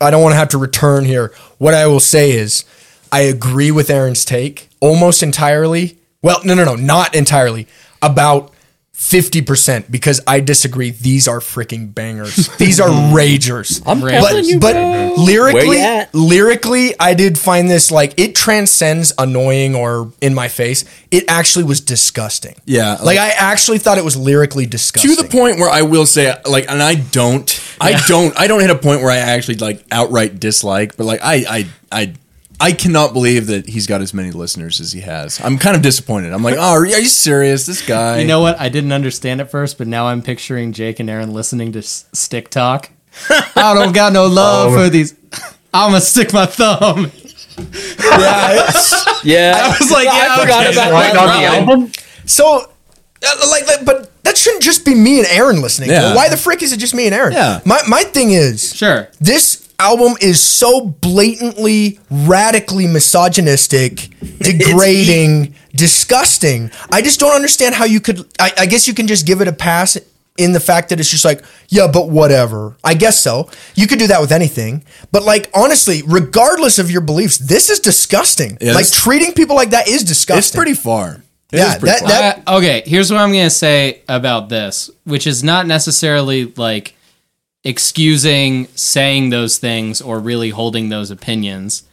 S5: I don't want to have to return here. What I will say is, I agree with Aaron's take almost entirely. Well, no, no, no, not entirely. About fifty percent because I disagree. These are freaking bangers. These are ragers. I'm
S3: telling you,
S5: but
S2: Where
S5: lyrically,
S2: you at?
S5: lyrically, I did find this like it transcends annoying or in my face. It actually was disgusting.
S4: Yeah,
S5: like, I actually thought it was lyrically disgusting.
S4: to the point where I will say, like, and I don't, I don't, I don't hit a point where I actually like outright dislike, but like, I, I, I, I cannot believe that he's got as many listeners as he has. I'm kind of disappointed. I'm like, oh, are you serious? This guy,
S3: You know what? I didn't understand at first, but now I'm picturing Jake and Aaron listening to s- stick talk. I don't got no love for these. I'm gonna stick my thumb.
S5: Yeah, it's-
S2: Yeah,
S3: I was like, yeah, I
S2: forgot about
S6: Right
S2: that.
S6: on the album?
S5: So, uh, like, like, but that shouldn't just be me and Aaron listening.
S4: Yeah.
S5: Well, Why the frick is it just me and Aaron?
S4: Yeah.
S5: My my thing is
S3: Sure.
S5: This album is so blatantly, radically misogynistic, degrading, disgusting. I just don't understand how you could. I, I guess you can just give it a pass in the fact that it's just like, yeah, but whatever. I guess so. You could do that with anything. But like, honestly, regardless of your beliefs, this is disgusting.
S4: Yeah,
S5: like
S4: this-
S5: treating people like that is disgusting.
S4: it's pretty far. It
S5: Yeah,
S4: is pretty
S5: that-
S4: far.
S5: that-
S3: Uh, okay, here's what I'm gonna say about this, which is not necessarily like excusing saying those things or really holding those opinions.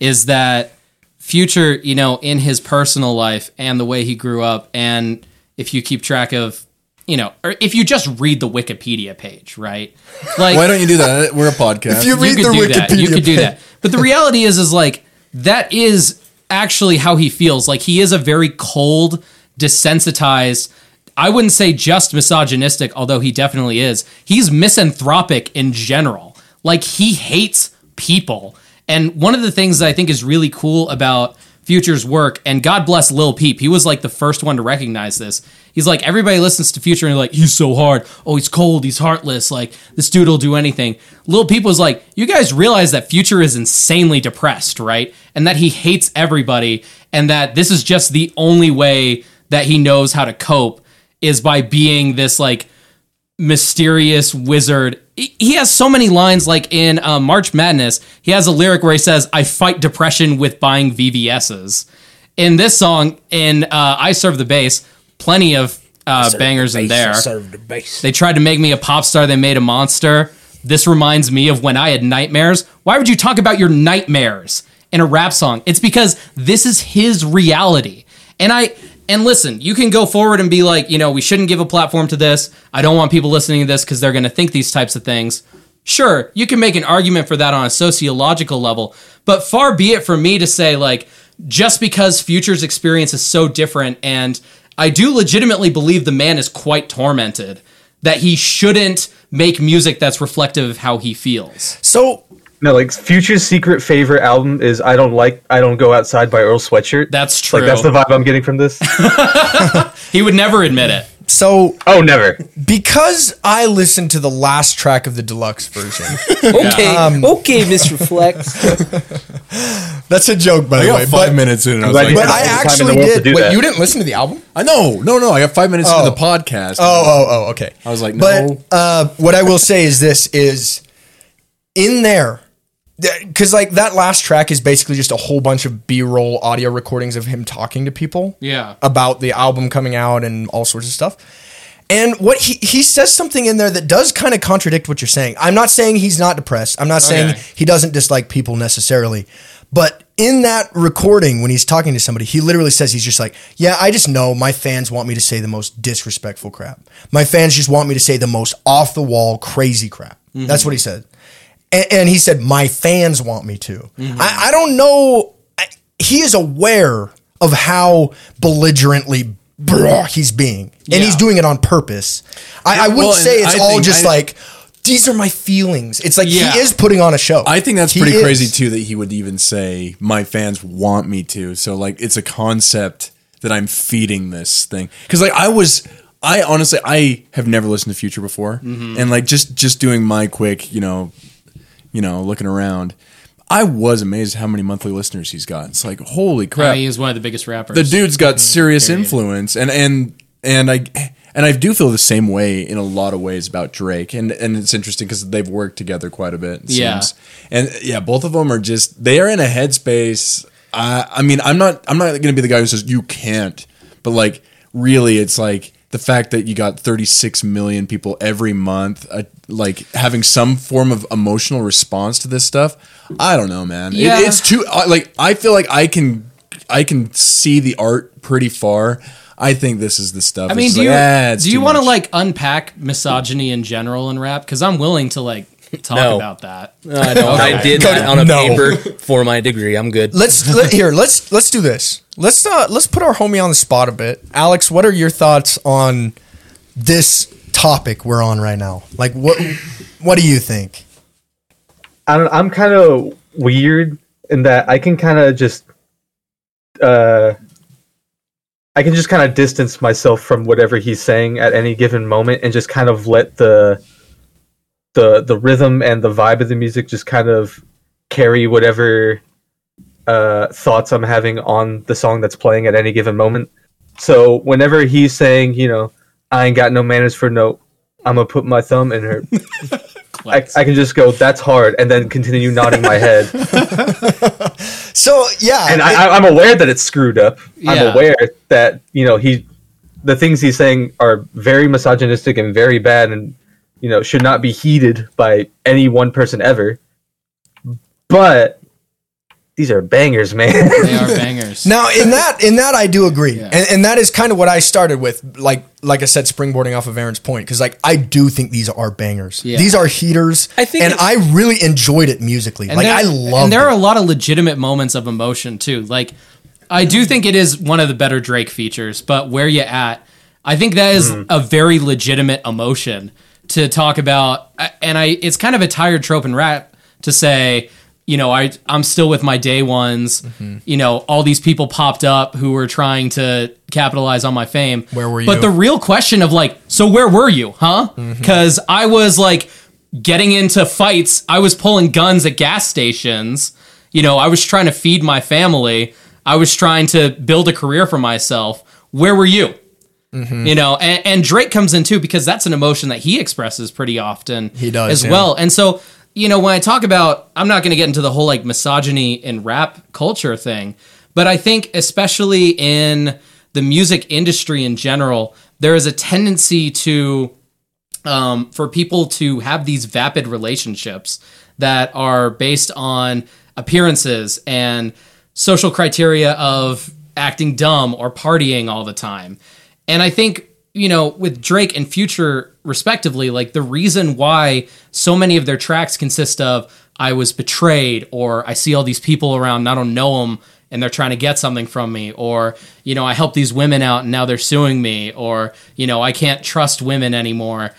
S3: Is that future? You know, in his personal life and the way he grew up, and if you keep track of, you know, or if you just read the Wikipedia page, right? Like,
S4: Why don't you do that? We're a podcast.
S5: you read the
S3: that.
S5: Wikipedia
S3: You could do
S5: page.
S3: that. But the reality is, is like that is actually how he feels. Like he is a very cold, desensitized. I wouldn't say just misogynistic, although he definitely is. He's misanthropic in general. Like he hates people. And one of the things that I think is really cool about Future's work, and God bless Lil Peep, he was like the first one to recognize this. He's like, everybody listens to Future and they're like, he's so hard. Oh, he's cold. He's heartless. Like, this dude will do anything. Lil Peep was like, you guys realize that Future is insanely depressed, right? And that he hates everybody, and that this is just the only way that he knows how to cope is by being this like mysterious wizard. He he has so many lines, like in uh, March Madness, he has a lyric where he says, I fight depression with buying VVS's. In this song, in uh, I Serve the Bass, plenty of uh, bangers in there.
S2: Served a base.
S3: They tried to make me a pop star, they made a monster. This reminds me of when I had nightmares. Why would you talk about your nightmares in a rap song? It's because this is his reality. And I and listen, you can go forward and be like, you know, we shouldn't give a platform to this. I don't want people listening to this cuz they're going to think these types of things. Sure, you can make an argument for that on a sociological level, but far be it from me to say like just because Future's experience is so different and I do legitimately believe the man is quite tormented that he shouldn't make music that's reflective of how he feels.
S5: So
S6: No, like Future's secret favorite album is "I Don't Like I Don't Go Outside" by Earl Sweatshirt.
S3: That's
S6: Like that's
S3: true.
S6: the vibe I'm getting from this.
S3: He would never admit it.
S5: So
S6: oh, never.
S5: because I listened to the last track of the deluxe version,
S2: Okay, okay, Mr. Flex.
S5: that's a joke, by
S4: I
S5: the
S4: got
S5: way.
S4: five
S5: but,
S4: minutes in, and I was
S6: glad
S4: like,
S6: you
S5: but
S6: had
S5: I
S6: all the time in
S5: actually
S6: the world to
S5: did.
S6: do
S5: Wait,
S6: that.
S5: you didn't listen to the album?
S4: I know, no, no. I got five minutes into the podcast.
S5: Oh, oh, oh, okay.
S4: I was like, no.
S5: But uh, what I will say is this is in there because like that last track is basically just a whole bunch of B-roll audio recordings of him talking to people.
S3: Yeah.
S5: About the album coming out and all sorts of stuff. And what he he says something in there that does kind of contradict what you're saying. I'm not saying he's not depressed. I'm not saying
S3: Okay.
S5: he doesn't dislike people necessarily. But in that recording, when he's talking to somebody, he literally says he's just like, "Yeah, I just know my fans want me to say the most disrespectful crap. My fans just want me to say the most off the wall, crazy crap."
S3: Mm-hmm.
S5: That's what he said. And, and he said, "My fans want me to."
S4: Mm-hmm.
S5: I, I don't know. I, he is aware of how belligerently bruh he's being, and he's
S3: Yeah.
S5: doing it on purpose. I, I wouldn't
S4: Well, and
S5: say it's
S4: I
S5: all
S4: think-
S5: just
S4: I-
S5: like. These are my feelings. It's like
S3: Yeah.
S5: he is putting on a show.
S4: I think that's
S5: He
S4: pretty
S5: is.
S4: crazy too that he would even say my fans want me to. So like it's a concept that I'm feeding this thing because like I was I honestly I have never listened to Future before
S5: Mm-hmm.
S4: and like just just doing my quick you know you know looking around I was amazed how many monthly listeners he's got. It's like holy crap
S3: He is one of the biggest rappers. Mm-hmm.
S4: the dude's got serious influence and and and I and I do feel the same way in a lot of ways about Drake and and it's interesting because they've worked together quite a bit. It
S3: Yeah.
S4: seems. and yeah, both of them are just they are in a headspace. I I mean I'm not I'm not gonna be the guy who says you can't, but like really it's like the fact that you got 36 million people every month uh, like having some form of emotional response to this stuff i don't know man It-
S3: Yeah.
S4: it's too I- like I feel like I can I can see the art pretty far. I think this is the stuff.
S3: I mean, do you
S4: ah,
S3: do you want to like unpack misogyny in general in rap? Because I'm willing to like talk
S2: No.
S3: about that.
S2: No, I don't. I did that on a
S5: No.
S2: paper for my degree. I'm good.
S5: Let's let, here. Let's let's do this. Let's uh, let's put our homie on the spot a bit. Alex, what are your thoughts on this topic we're on right now? Like, what what do you think?
S6: I don't, I'm kind of weird in that I can kind of just, uh, I can just kind of distance myself from whatever he's saying at any given moment, and just kind of let the, the the rhythm and the vibe of the music just kind of carry whatever uh, thoughts I'm having on the song that's playing at any given moment. So whenever he's saying, you know, I ain't got no manners for no, I'm gonna put my thumb in her I, I can just go, that's hard, and then continue nodding my head.
S5: So yeah,
S6: And I, I- I'm aware that it's screwed up.
S3: Yeah.
S6: I'm aware that, you know, he, the things he's saying are very misogynistic and very bad and, you know, should not be heeded by any one person ever. But these are bangers, man.
S3: They are bangers.
S5: Now in that in that I do agree, and, and that is kind of what I started with. Like like I said, springboarding off of Aaron's point because like I do think these are bangers.
S3: Yeah.
S5: These are heaters.
S2: I think
S5: and
S2: it-
S5: I really enjoyed it musically. like
S3: there-
S5: I love.
S3: And there are
S5: it.
S3: a lot of legitimate moments of emotion too. Like I do think it is one of the better Drake features, but where you at? I think that is
S5: Mm-hmm.
S3: a very legitimate emotion to talk about, I- and I it's kind of a tired trope in rap to say. You know, I I'm still with my day ones.
S5: Mm-hmm.
S3: You know, all these people popped up who were trying to capitalize on my fame.
S5: Where were you?
S3: But the real question of like, so where were you, huh? Because I was like getting into fights. I was pulling guns at gas stations. You know, I was trying to feed my family. I was trying to build a career for myself. Where were you?
S5: Mm-hmm.
S3: You know, and, and Drake comes in too because that's an emotion that he expresses pretty often. He
S5: does,
S3: as
S5: yeah.
S3: well. And so, you know, when I talk about, I'm not going to get into the whole like misogyny in rap culture thing, but I think especially in the music industry in general, there is a tendency to um, for people to have these vapid relationships that are based on appearances and social criteria of acting dumb or partying all the time. And I think, you know, with Drake and Future respectively, like the reason why so many of their tracks consist of I was betrayed or I see all these people around and I don't know them and they're trying to get something from me or you know I help these women out and now they're suing me or you know I can't trust women anymore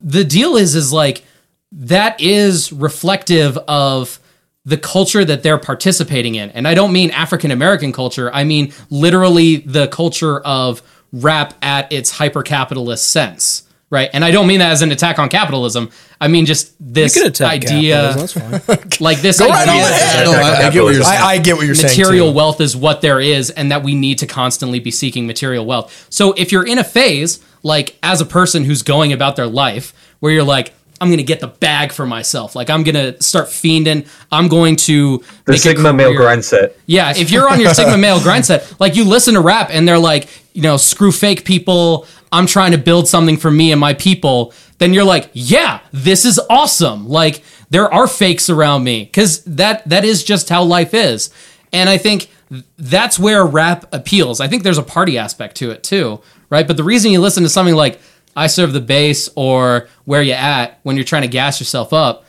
S3: the deal is is like that is reflective of the culture that they're participating in. And I don't mean African American culture, I mean literally the culture of rap at its hyper capitalist sense. Right. And I don't mean that as an attack on capitalism. I mean just this idea like this idea that
S4: No, I, I get what you're saying.
S5: I, I get what you're
S3: material
S5: saying. too.
S3: wealth is what there is and that we need to constantly be seeking material wealth so if you're in a phase like as a person who's going about their life where you're like i'm gonna get the bag for myself like i'm gonna start fiending i'm going to
S6: The
S3: make a
S6: Sigma male
S3: career-
S6: grind set.
S3: yeah, if you're on your Sigma male grind set, like you listen to rap and they're like, you know, screw fake people. I'm trying to build something for me and my people. Then you're like, yeah, this is awesome. Like there are fakes around me because that that is just how life is. And I think th- that's where rap appeals. I think there's a party aspect to it too, right? But the reason you listen to something like "I Serve the Bass" or "Where You At" when you're trying to gas yourself up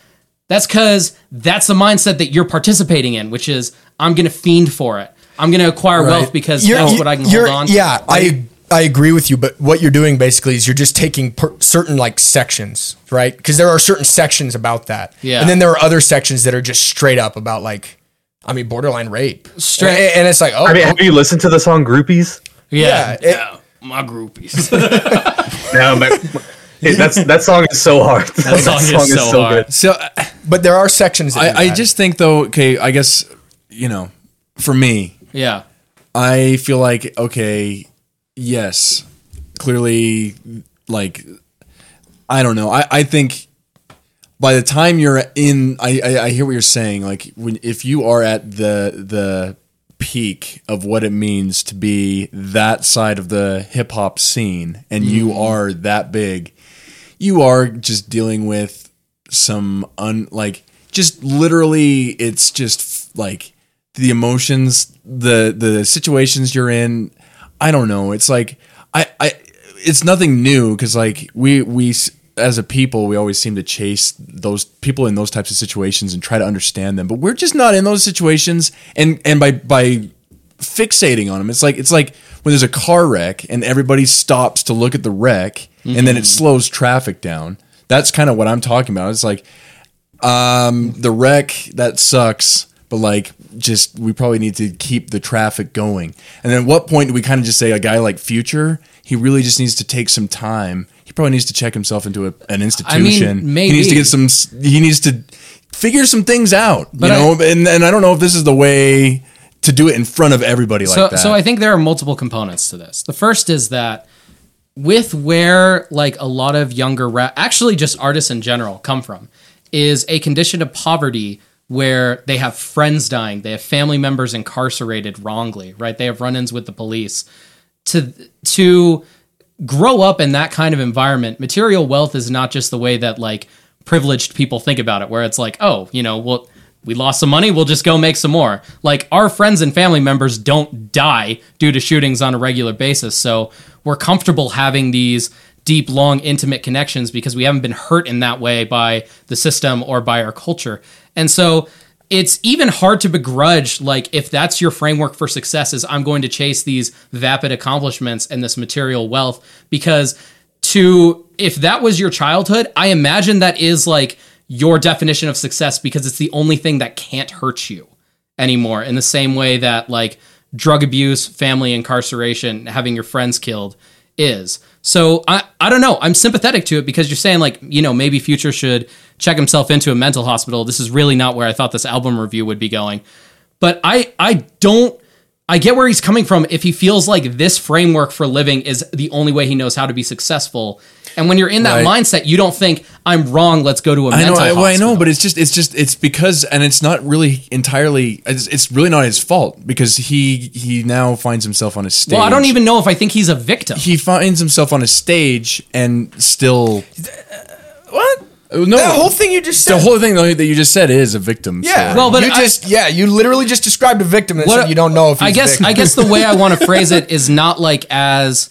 S3: that's because that's the mindset that you're participating in, which is I'm going to fiend for it. I'm going to acquire wealth because
S5: You're-
S3: that's
S5: you-
S3: what I can
S5: you're-
S3: hold on. to.
S5: Yeah, I I agree with you, but what you're doing basically is you're just taking per- certain like sections, right? Because there are certain sections about that,
S3: Yeah.
S5: and then there are other sections that are just straight up about like, I mean, borderline rape,
S3: Straight-
S5: and, and it's like, oh,
S6: I mean, have you listened to the song Groupies?
S5: yeah,
S3: yeah,
S5: it-
S3: my groupies.
S6: No, but hey, that's that song is so hard. That,
S3: song is so hard.
S4: so I,
S5: but there are sections. That do
S4: I
S5: that.
S4: just think though, okay, I guess you know, for me,
S3: yeah,
S4: I feel like okay, yes, clearly, like I don't know. I I think by the time you're in, I I, I hear what you're saying. Like when if you are at the the peak of what it means to be that side of the hip hop scene, and you are that big, you are just dealing with some un like just literally it's just like the emotions the the situations you're in i don't know it's like i i it's nothing new because like we we s- as a people we always seem to chase those people in those types of situations and try to understand them but we're just not in those situations and and by by fixating on them. It's like it's like when there's a car wreck and everybody stops to look at the wreck and then it slows traffic down. That's kind of what I'm talking about. It's like um the wreck that sucks, but like just we probably need to keep the traffic going. And then at what point do we kind of just say a guy like Future, he really just needs to take some time. He probably needs to check himself into a, an institution.
S3: maybe.
S4: He needs to get some s- he needs to figure some things out,
S3: But
S4: you
S3: I-
S4: know? and and I don't know if this is the way to do it in front of everybody like
S3: so
S4: that.
S3: so I think there are multiple components to this. The first is that with where like a lot of younger rap, actually just artists in general, come from, is a condition of poverty where they have friends dying, they have family members incarcerated wrongly, right? They have run-ins with the police. To to grow up in that kind of environment, material wealth is not just the way that like privileged people think about it, where it's like, oh, you know, well, we lost some money, we'll just go make some more. Like our friends and family members don't die due to shootings on a regular basis, so we're comfortable having these deep, long, intimate connections because we haven't been hurt in that way by the system or by our culture, and so. It's even hard to begrudge, like, if that's your framework for success, is I'm going to chase these vapid accomplishments and this material wealth. Because to, if that was your childhood, I imagine that is like your definition of success because it's the only thing that can't hurt you anymore in the same way that like drug abuse, family incarceration, having your friends killed is. So I I don't know. I'm sympathetic to it because you're saying like, you know, maybe Future should check himself into a mental hospital. This is really not where I thought this album review would be going. But I I don't I get where he's coming from if he feels like this framework for living is the only way he knows how to be successful. And when you're in that
S4: Right.
S3: mindset, you don't think I'm wrong, let's go to a
S4: I know,
S3: mental
S4: I, well, I
S3: hospital.
S4: know, but it's just, it's just, it's because, and it's not really entirely, it's, it's really not his fault because he he now finds himself on a stage.
S3: well, I don't even know if I think he's a victim.
S4: He finds himself on a stage and still.
S5: what
S4: Uh, No,
S5: that whole thing you just said.
S4: the whole thing though, that you just said is a victim.
S5: yeah,
S4: story.
S3: Well, but
S5: you
S3: I-
S5: just yeah, you literally just described a victim and
S3: What-
S5: said you don't know if he's
S3: I guess
S5: victim.
S3: I guess the way I want to phrase it is not like as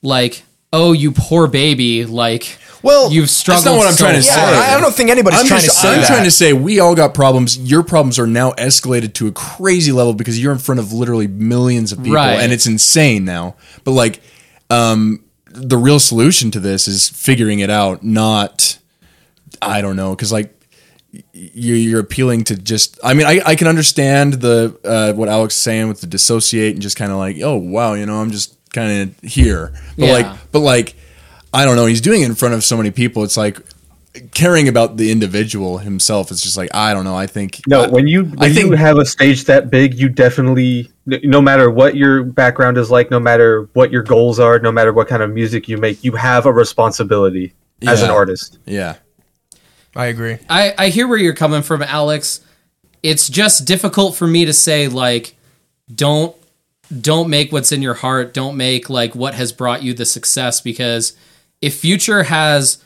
S3: like oh you poor baby like
S5: Well,
S3: you've
S5: that's
S3: struggled.
S4: that's not what I'm
S3: so
S4: trying to
S5: yeah,
S4: say.
S3: hard.
S5: I don't think anybody's
S4: I'm
S5: trying
S4: just-
S5: to say
S4: I'm
S5: that.
S4: trying to say we all got problems. Your problems are now escalated to a crazy level because you're in front of literally millions of people,
S3: Right.
S4: and it's insane now. But like, um, the real solution to this is figuring it out, not I don't know, because like y- you you're appealing to just. I mean, I, I can understand the uh, what Alex is saying with the dissociate and just kind of like, oh wow, you know, I'm just kind of here, but
S3: Yeah.
S4: like, but like, I don't know. He's doing it in front of so many people. It's like caring about the individual himself. It's just like I don't know. I think
S6: No,
S4: Uh, I-
S6: when you when
S4: I think
S6: you have a stage that big, you definitely n- no matter what your background is like, no matter what your goals are, no matter what kind of music you make, you have a responsibility as an
S4: Yeah.
S6: artist.
S4: yeah.
S5: I agree.
S3: I, I hear where you're coming from, Alex. It's just difficult for me to say like don't don't make what's in your heart, don't make like what has brought you the success because if Future has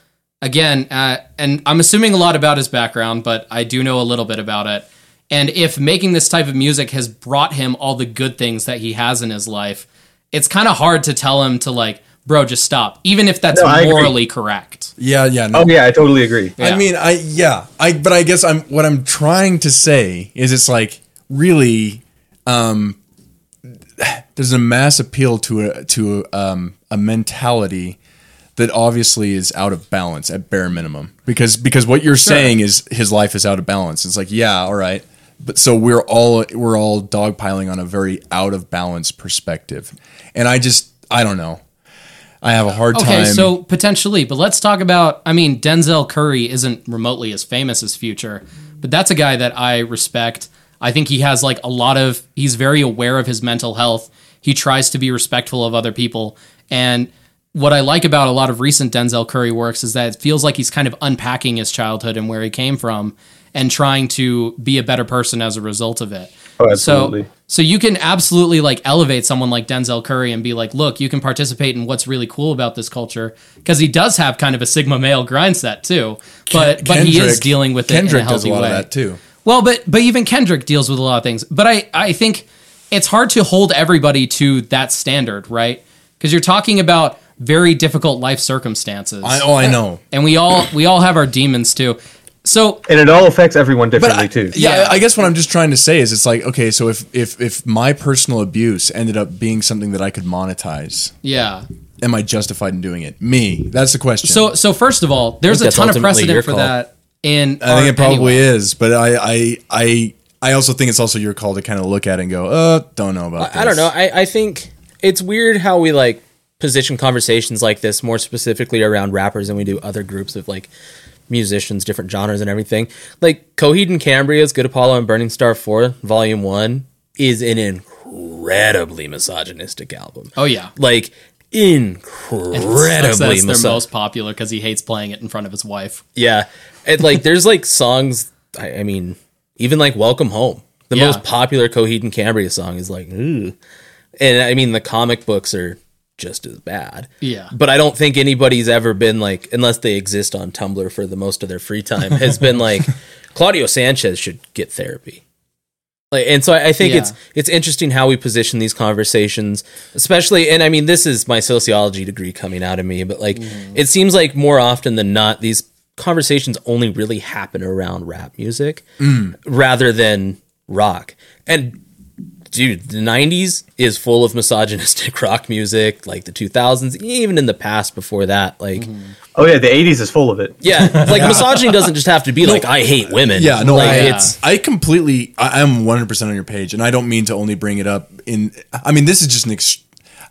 S3: again, uh, and I'm assuming a lot about his background, but I do know a little bit about it. And if making this type of music has brought him all the good things that he has in his life, it's kind of hard to tell him to like, bro, just stop, even if that's
S6: No, I agree.
S3: morally correct.
S4: Yeah, yeah. No,
S6: Oh yeah, I totally agree.
S3: Yeah.
S4: I mean, I yeah, I but I guess I'm what I'm trying to say is it's like really um there's a mass appeal to a to a, um a mentality that obviously is out of balance at bare minimum because because what you're saying is his life is out of balance. It's like, yeah, all right. But so we're all we're all dogpiling on a very out of balance perspective. And I just I don't know. I have a hard
S3: Okay,
S4: time.
S3: so potentially, but let's talk about. I mean, Denzel Curry isn't remotely as famous as Future, but that's a guy that I respect. I think he has like a lot of. He's very aware of his mental health. He tries to be respectful of other people. And what I like about a lot of recent Denzel Curry works is that it feels like he's kind of unpacking his childhood and where he came from, and trying to be a better person as a result of it.
S6: Oh, absolutely.
S3: So, so you can absolutely like elevate someone like Denzel Curry and be like, look, you can participate in what's really cool about this culture because he does have kind of a sigma male grind set too, but but he is
S4: Kendrick-
S3: dealing with it in
S4: Kendrick
S3: a
S4: does
S3: healthy
S4: a lot
S3: way.
S4: of that too.
S3: Well, but but even Kendrick deals with a lot of things. But I I think it's hard to hold everybody to that standard, right? Because you're talking about very difficult life circumstances,
S4: I, oh, I know.
S3: and we all we all have our demons too. So
S6: And it all affects everyone
S4: but
S6: differently
S4: I,
S6: too.
S4: Yeah,
S3: Yeah.
S4: I guess what I'm just trying to say is it's like okay, so if if if my personal abuse ended up being something that I could monetize,
S3: yeah,
S4: am I justified in doing it? Me, that's the question.
S3: so so first of all, there's a
S2: that's
S3: ton of
S2: ultimately your
S3: precedent for
S2: call.
S3: that. In
S4: I think it probably is, but I I I I also think it's also your call to kind of look at it and go, uh, don't know about.
S2: I don't
S4: this.
S2: know. I, I think it's weird how we like position conversations like this more specifically around rappers than we do other groups of like musicians, different genres and everything. Like Coheed and Cambria's Good Apollo and Burning Star 4, Volume 1 is an incredibly misogynistic album.
S3: Oh yeah,
S2: Like
S3: Sucks that
S2: incredibly
S3: it's their
S2: misogynistic.
S3: most popular because he hates playing it in front of his wife.
S2: Yeah. And like there's like songs I, I mean, even like Welcome Home. The
S3: Yeah.
S2: most popular Coheed and Cambria song is like, ooh. And I mean the comic books are just as bad.
S3: Yeah.
S2: But I don't think anybody's ever been like, unless they exist on Tumblr for the most of their free time, has been like, Claudio Sanchez should get therapy. Like, and so I, I think
S3: Yeah.
S2: it's it's interesting how we position these conversations, especially. And I mean, this is my sociology degree coming out of me, but like,
S4: Mm.
S2: it seems like more often than not, these conversations only really happen around rap music
S4: Mm.
S2: rather than rock. And dude, the '90s is full of misogynistic rock music, like the 2000s, even in the past before that. Like,
S4: Mm-hmm.
S6: Oh yeah, the '80s is full of it.
S2: yeah, like misogyny doesn't just have to be like I hate women.
S4: Yeah, no,
S2: like,
S4: I,
S2: it's
S4: I completely, I, I'm 100% on your page, and I don't mean to only bring it up in, I mean, this is just an, ex-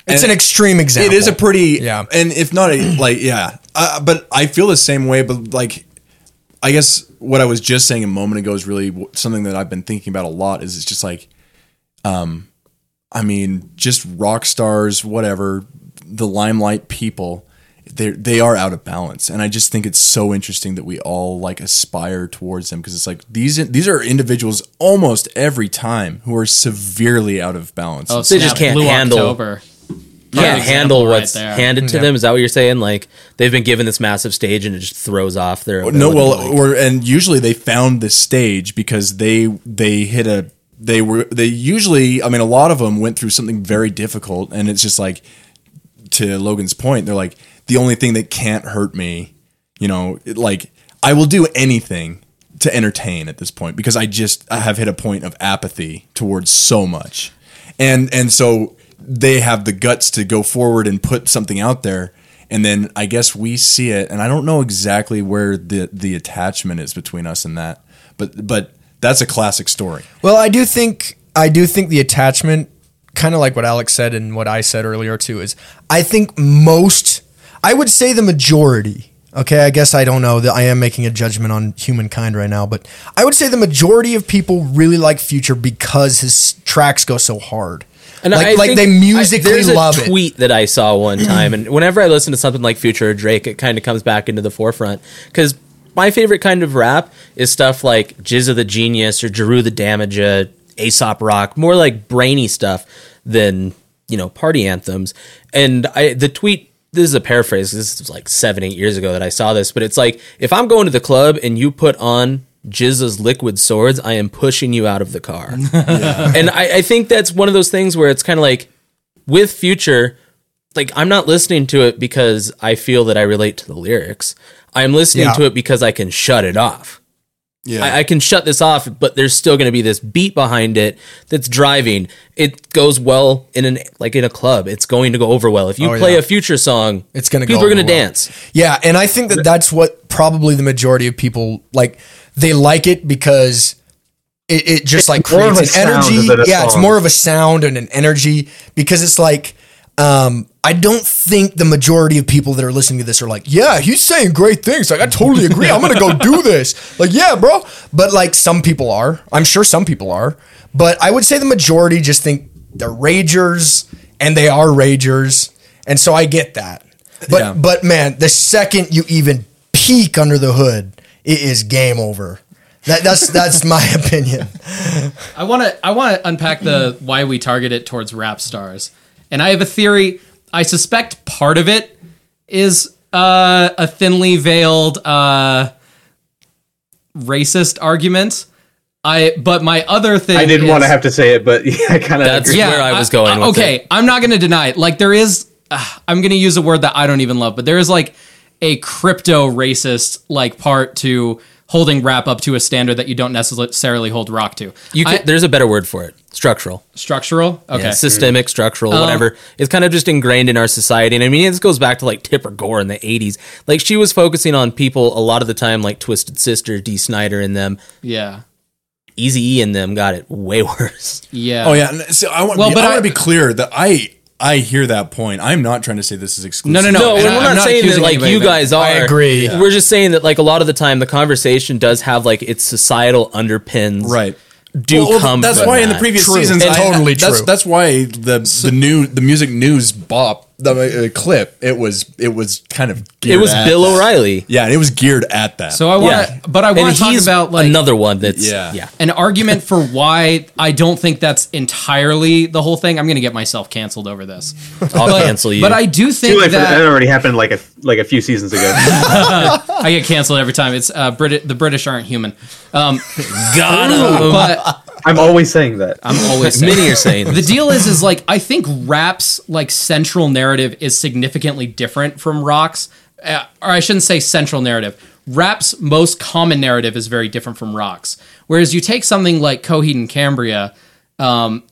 S5: It's an extreme example.
S4: It is a pretty,
S5: Yeah.
S4: and if not, a, like, yeah. Uh, but I feel the same way. But like, I guess what I was just saying a moment ago is really w- something that I've been thinking about a lot. Is it's just like, um, I mean, just rock stars, whatever, the limelight people, they they are out of balance, and I just think it's so interesting that we all like aspire towards them because it's like these these are individuals almost every time who are severely out of balance.
S3: Oh,
S2: They just
S3: snap,
S2: can't
S3: Blue
S2: handle-
S3: October.
S2: can't
S3: example
S2: handle
S3: right
S2: what's
S3: there.
S2: handed to them. Is that what you're saying? Like they've been given this massive stage and it just throws off their
S4: no
S2: ability,
S4: well
S2: like-
S4: or and usually they found this stage because they they hit a they were they usually i mean a lot of them went through something very difficult and it's just like to logan's point they're like the only thing that can't hurt me you know it- like i will do anything to entertain at this point because i just i have hit a point of apathy towards so much and and so they have the guts to go forward and put something out there and then I guess we see it, and I don't know exactly where the the attachment is between us and that, but but that's a classic story.
S5: Well, I do think I do think the attachment, kind of like what Alex said and what I said earlier too, is I think most, I would say the majority. Okay, I guess I don't know that I am making a judgment on humankind right now, but I would say the majority of people really like Future because his tracks go so hard.
S2: And
S5: like,
S2: I
S5: like
S2: think
S5: they
S2: I-
S5: musically
S2: there's a
S5: love it.
S2: tweet that I saw one time, and whenever I listen to something like Future or Drake, it kind of comes back into the forefront because my favorite kind of rap is stuff like Jizza the Genius or Jeru the Damager, Aesop Rock, more like brainy stuff than you know party anthems. And I the tweet. This is a paraphrase. This was like seven, eight years ago that I saw this, but it's like if I'm going to the club and you put on Jizza's liquid swords, I am pushing you out of the car and I, I think that's one of those things where it's kind of like with future like i'm not listening to it because i feel that i relate to the lyrics i'm listening
S5: Yeah.
S2: to it because i can shut it off
S4: Yeah,
S2: I, I can shut this off but there's still going to be this beat behind it that's driving it goes well in an like in a club it's going to go over well if you
S5: Oh,
S2: play
S5: yeah.
S2: a future song
S5: It's gonna go
S2: people are going to
S5: over well.
S2: dance
S5: Yeah, and I think that that's what probably the majority of people like. They like it because it, it just like
S6: more of
S5: creates
S6: a
S5: an
S6: sound
S5: energy.
S6: than a
S5: Yeah, it's
S6: song.
S5: more of a sound and an energy because it's like um, I don't think the majority of people that are listening to this are like, yeah, he's saying great things. Like I totally agree. I'm gonna go do this. Like yeah, bro. But like some people are. I'm sure some people are. But I would say the majority just think they're ragers and they are ragers. And so I get that. But
S4: Yeah.
S5: but man, the second you even peek under the hood, it is game over. That, that's that's my opinion.
S3: I want to I want to unpack the why we target it towards rap stars, and I have a theory. I suspect part of it is uh, a thinly veiled uh, racist argument. I but my other thing
S6: I didn't
S3: is-
S6: want to have to say it, but yeah, I kind of
S2: That's-
S6: agree.
S2: yeah. where I was going with
S3: okay, I'm not going to deny it. Like there is, uh, I'm going to use a word that I don't even love, but there is like a crypto racist like part to holding rap up to a standard that you don't necessarily hold rock to.
S2: you
S3: I-
S2: can, there's a better word for it structural
S3: structural. Okay.
S2: Yeah, systemic, structural,
S3: Oh.
S2: whatever. It's kind of just ingrained in our society. And I mean, this goes back to like Tipper Gore in the 80s. Like, she was focusing on people a lot of the time, like Twisted Sister, D. Snyder in them.
S3: yeah.
S2: Easy E in them got it way worse.
S3: Yeah.
S4: Oh yeah. and So I want.
S3: Well,
S4: be,
S3: but
S4: I,
S3: I-
S4: want to be clear that I I hear that point. I'm not trying to say this is exclusive.
S3: No,
S2: No,
S3: and
S2: we're
S3: I-
S2: not,
S3: I'm not
S2: saying that
S3: accusing
S2: like
S3: anybody
S2: you
S3: of that.
S2: guys are.
S5: I agree.
S2: We're just saying that like a lot of the time the conversation does have like its societal underpins.
S4: Right.
S2: Do
S4: Well, well,
S2: come.
S4: That's
S2: from
S4: why in the
S2: that.
S4: previous
S5: True.
S4: seasons,
S5: And
S4: I-
S5: totally
S4: that's,
S5: true.
S4: That's why the the new the music news bop the uh, clip it was it was kind of
S2: it
S4: geared
S2: was
S4: at
S2: Bill
S4: that.
S2: O'Reilly.
S4: Yeah, and it was geared at that.
S3: So I want,
S2: Yeah.
S3: to but I
S2: And
S3: want to talk
S2: he's
S3: about like
S2: another one that's
S4: Yeah.
S2: yeah.
S3: an argument for why I don't think that's entirely the whole thing. I'm going to get myself canceled over this.
S2: I'll
S3: But,
S2: cancel you.
S3: but I do
S6: Too
S3: think
S6: late for that.
S3: that
S6: That already happened like a like a few seasons ago.
S3: I get canceled every time. It's uh, Brit- the British aren't human. Um,
S2: got him.
S3: but
S6: I'm always saying that.
S3: I'm always saying
S2: Many are saying
S3: the deal is is like I think rap's like central narrative is significantly different from rock's, uh, or I shouldn't say central narrative. Rap's most common narrative is very different from rock's. Whereas you take something like Coheed and Cambria, um,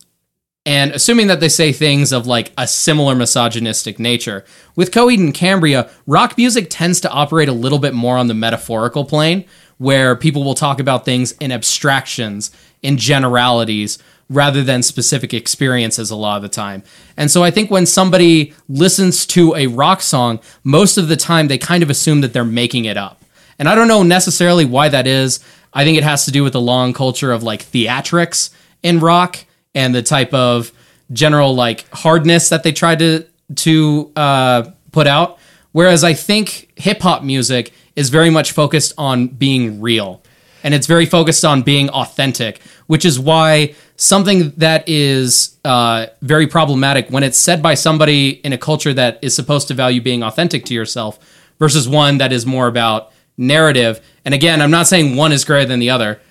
S3: and assuming that they say things of like a similar misogynistic nature, with Coheed and Cambria, rock music tends to operate a little bit more on the metaphorical plane, where people will talk about things in abstractions, in generalities, rather than specific experiences a lot of the time. And so I think when somebody listens to a rock song, most of the time they kind of assume that they're making it up. And I don't know necessarily why that is. I think it has to do with the long culture of like theatrics in rock and the type of general like hardness that they tried to to uh, put out. Whereas I think hip hop music is very much focused on being real, and it's very focused on being authentic, which is why something that is uh, very problematic when it's said by somebody in a culture that is supposed to value being authentic to yourself versus one that is more about narrative. And again, I'm not saying one is greater than the other.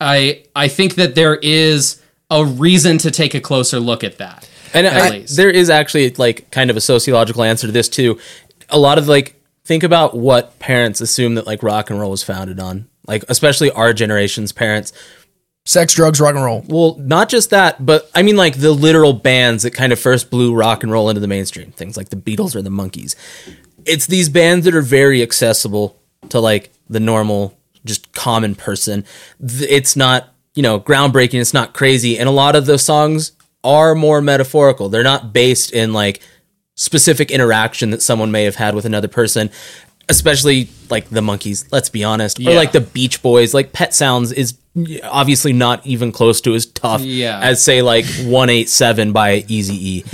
S3: I I think that there is a reason to take a closer look at that.
S2: And
S3: at
S2: I,
S3: least.
S2: there is actually like kind of a sociological answer to this too. A lot of like think about what parents assume that like rock and roll was founded on. Like especially our generation's parents.
S5: Sex, drugs, rock and roll.
S2: Well, not just that, but I mean like the literal bands that kind of first blew rock and roll into the mainstream. Things like the Beatles or the Monkees. it's these bands that are very accessible to like the normal, just common person. Th- It's not, you know, groundbreaking, it's not crazy. And a lot of those songs are more metaphorical. They're not based in like specific interaction that someone may have had with another person, especially like the monkeys, let's be honest, or like the Beach Boys. Like Pet Sounds is obviously not even close to as tough
S3: Yeah.
S2: as say like 187 by Easy E.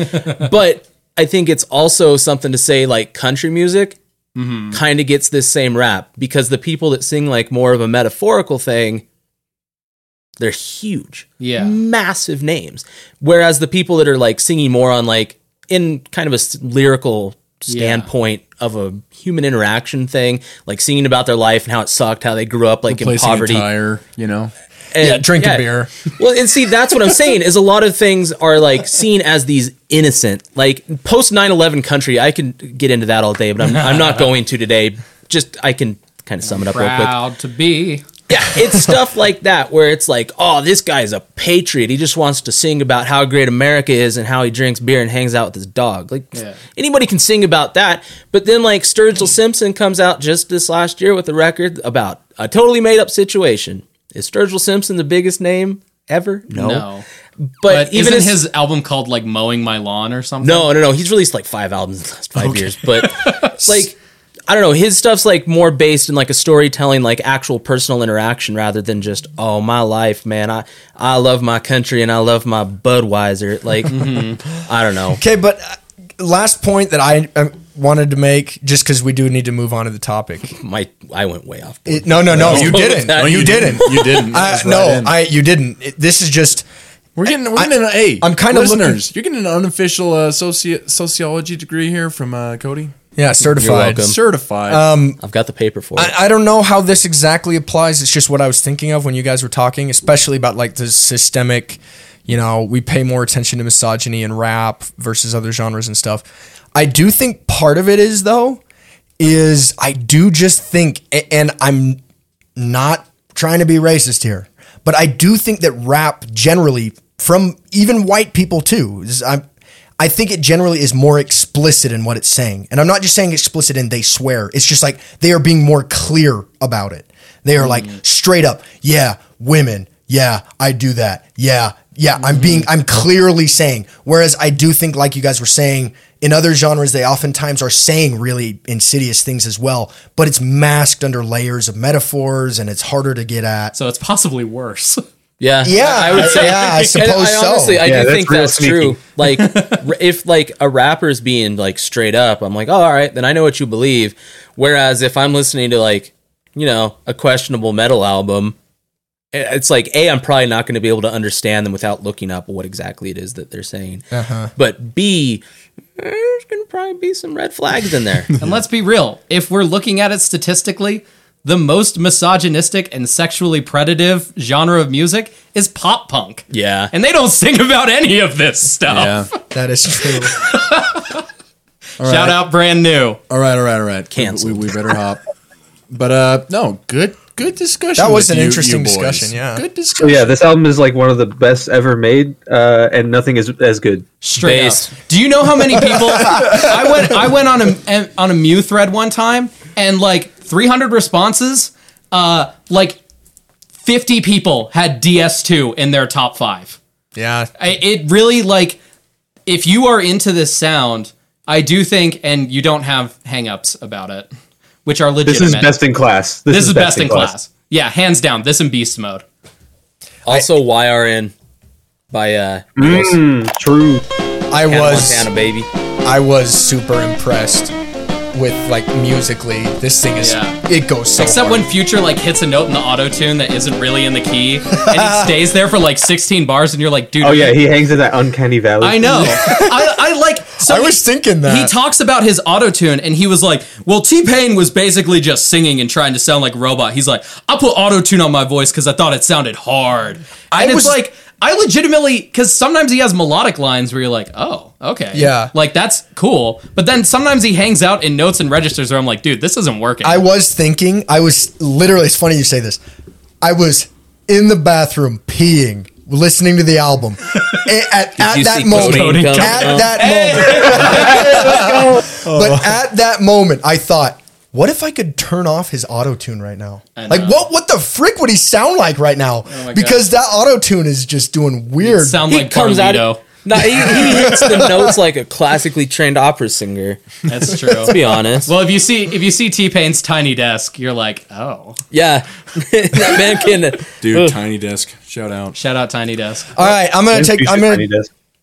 S2: but I think it's also something to say like country music kind of gets this same rap because the people that sing like more of a metaphorical thing they're huge
S3: Yeah.
S2: massive names whereas the people that are like singing more on like in kind of a s- lyrical standpoint of a human interaction thing like singing about their life and how it sucked how they grew up like in
S4: Placing
S2: poverty
S4: a tire, you know.
S2: and,
S5: Eh, Yeah, drink a beer.
S2: Well, and see, that's what I'm saying is a lot of things are like seen as these innocent, like post 9/11 country. I can get into that all day, but I'm I'm not going to today. Just I can kind of sum it up real quick.
S3: Proud to be.
S2: Yeah, it's stuff like that where it's like, oh, this guy's a patriot. He just wants to sing about how great America is and how he drinks beer and hangs out with his dog. Like
S3: Yeah.
S2: anybody can sing about that. But then like Sturgill Simpson comes out just this last year with a record about a totally made up situation. Is Sturgill Simpson the biggest name ever? No.
S3: No.
S2: Oh. But,
S3: But
S2: even
S3: isn't
S2: his,
S3: his album called like Mowing My Lawn or something?
S2: no, no, no. He's released like five albums in the last five years, but like I don't know. His stuff's like more based in like a storytelling, like actual personal interaction, rather than just oh my life, man. I I love my country and I love my Budweiser. Like
S3: Mm-hmm.
S2: I don't know.
S5: Okay, but uh, last point that I uh, wanted to make, just because we do need to move on to the topic.
S2: My I went way off.
S5: It- no, no, no, you didn't.
S2: No,
S5: No, you, didn't.
S4: Oh, You didn't.
S5: I-
S4: That's right
S5: no,
S4: in.
S5: I you didn't. It- this is just
S4: We're getting, we're getting.
S5: I-
S4: an, hey,
S5: I'm kinda
S4: listeners. You're getting an unofficial uh, soci- sociology degree here from uh, Cody,
S5: yeah certified.
S2: welcome.
S4: certified.
S5: Um,
S2: I've got the paper for it.
S5: I, I don't know how this exactly applies. It's just what I was thinking of when you guys were talking, especially about like the systemic. You know, we pay more attention to misogyny and rap versus other genres and stuff. I do think part of it is though, is I do just think, a- and I'm not trying to be racist here, but I do think that rap generally, from even white people too, is, I'm, I think it generally is more explicit in what it's saying. And I'm not just saying explicit in they swear, it's just like they are being more clear about it. They are like straight up, yeah, women, yeah, I do that, yeah, yeah, I'm being, I'm clearly saying. Whereas I do think, like you guys were saying, in other genres, they oftentimes are saying really insidious things as well, but it's masked under layers of metaphors and it's harder to get at.
S3: So it's possibly worse.
S2: yeah,
S5: Yeah,
S2: I would say.
S5: yeah, I
S2: And
S5: suppose
S2: I honestly,
S5: so.
S2: I
S6: Yeah,
S2: do
S6: that's
S2: think
S6: real
S2: that's
S6: sneaky.
S2: true. Like, r- if like a rapper's being like straight up, I'm like, oh, all right, then I know what you believe. Whereas if I'm listening to like, you know, a questionable metal album, i- it's like, a, I'm probably not going to be able to understand them without looking up what exactly it is that they're saying.
S5: Uh-huh.
S2: But b, there's going to probably be some red flags in there.
S3: And let's be real, if we're looking at it statistically, the most misogynistic and sexually predative genre of music is pop punk.
S2: yeah,
S3: And they don't sing about any of this
S4: yeah.
S3: stuff.
S5: That is true.
S3: Shout out brand new.
S4: All right, all right, all right. We,
S2: Canceled.
S4: we, we better hop. But uh, no, good, good discussion.
S5: That was
S4: with
S5: an
S4: you-
S5: interesting
S4: you boys.
S5: discussion, yeah.
S4: good
S6: So
S4: discussion.
S6: Oh, yeah, this album is like one of the best ever made, uh, and nothing is as good.
S3: Straight
S2: Bass.
S3: up. Do you know how many people I went I went on a em- on a Mew thread one time and like 300 responses uh like 50 people had DS2 in their top 5.
S5: yeah.
S3: I, it really like if you are into this sound, I do think, and you don't have hangups about it, which are legitimate.
S6: This is best in class.
S3: This is best in class. Yeah, hands down. This in beast mode.
S2: also YRN by uh, Eagles.
S6: True.
S5: I
S2: Hannah
S5: was
S2: Montana, baby.
S5: I was super impressed with like musically. This thing is
S3: Yeah.
S5: it goes so
S3: Except
S5: hard.
S3: when Future like hits a note in the auto tune that isn't really in the key, and it stays there for like 16 bars, and you're like, dude.
S6: Oh yeah, he hangs in that uncanny valley.
S3: I know. I, I like. So
S5: I was
S3: he-
S5: thinking that.
S3: He talks about his auto tune and he was like, Well, T Pain was basically just singing and trying to sound like a robot. He's like, I put auto tune on my voice because I thought it sounded hard. And
S5: I
S3: it's
S5: was-
S3: like, I legitimately, because sometimes he has melodic lines where you're like, Oh, okay.
S5: Yeah.
S3: Like, that's cool. But then sometimes he hangs out in notes and registers where I'm like, Dude, this isn't working.
S5: I was thinking, I was literally, it's funny you say this. I was in the bathroom peeing
S7: listening to the album A- at, at
S2: you
S7: that
S2: see
S7: moment.
S2: Cobain come
S7: At
S2: out?
S7: that moment. but at that moment, I thought, what if I could turn off his auto tune right now? Like, what what the frick would he sound like right now?
S3: my
S7: because that auto tune is just doing weird.
S3: Sound
S2: He
S3: like
S2: comes out.
S3: Carlito.
S2: Of, no, he, he hits the notes like a classically trained opera singer.
S3: That's true.
S2: To be honest,
S3: Well, if you see if you see T Pain's tiny desk, you're like, oh,
S2: yeah, that man can.
S4: Dude, Tiny Desk, shout out.
S3: shout out tiny desk.
S5: Oh.
S7: All right, I'm gonna take. I'm gonna.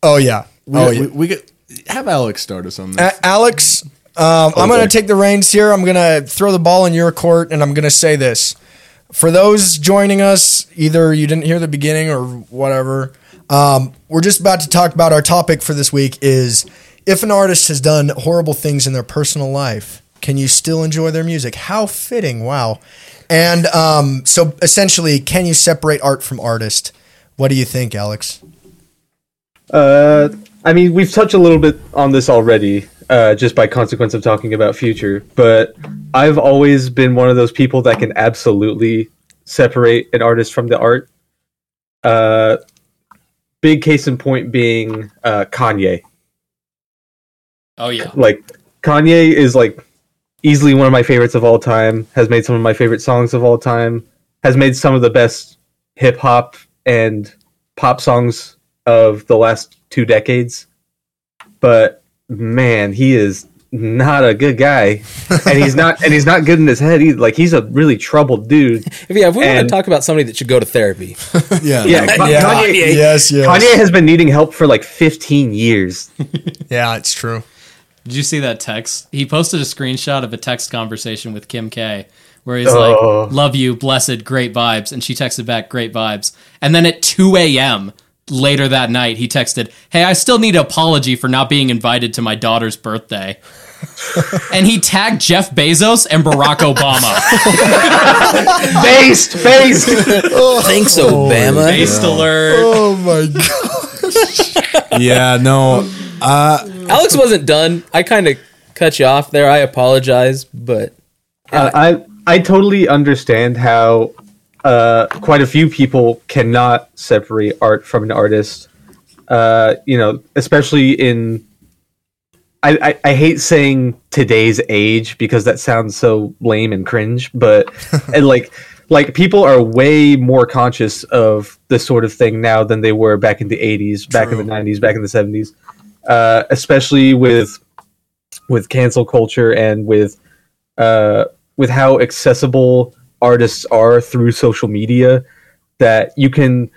S7: Oh yeah. oh yeah.
S4: we, we could have Alex start us on this.
S7: A- Alex, um, I'm going to take the reins here. I'm going to throw the ball in your court, and I'm going to say this. For those joining us, either you didn't hear the beginning or whatever, um, we're just about to talk about our topic for this week is if an artist has done horrible things in their personal life, can you still enjoy their music? How fitting. Wow. And um, so essentially, can you separate art from artist? What do you think, Alex?
S6: Uh, I mean, we've touched a little bit on this already, uh, just by consequence of talking about future. But I've always been one of those people that can absolutely separate an artist from the art. Uh, big case in point being uh, Kanye.
S3: Oh yeah,
S6: Like Kanye is like easily one of my favorites of all time. Has made some of my favorite songs of all time. Has made some of the best hip hop and pop songs of the last two decades. But man, he is not a good guy, and he's not and he's not good in his head either. Like he's a really troubled dude.
S2: If, yeah, if we want
S6: And-
S2: to talk about somebody that should go to therapy,
S4: Uh, yeah.
S6: Yeah, Ka- Kanye,
S7: Yes, yes.
S6: Kanye has been needing help for like 15 years.
S7: Yeah, it's true.
S3: did you see that text? He posted a screenshot of a text conversation with Kim K, where he's
S6: Oh.
S3: like, "Love you, blessed, great vibes," and she texted back, "Great vibes." And then at 2 a.m. later that night, he texted, "Hey, I still need an apology for not being invited to my daughter's birthday." and he tagged Jeff Bezos and Barack Obama.
S6: Based, based.
S2: thanks, Obama.
S3: Based alert.
S7: Oh my god.
S4: yeah, no.
S2: Alex wasn't done. I kind of cut you off there. I apologize, but
S6: Uh, I I totally understand how uh, quite a few people cannot separate art from an artist. Uh, you know, especially in I, I, I hate saying today's age because that sounds so lame and cringe, but and like like people are way more conscious of this sort of thing now than they were back in the 80s, back in the 90s, back in the 70s. Uh, especially with with cancel culture and with uh, with how accessible artists are through social media that you can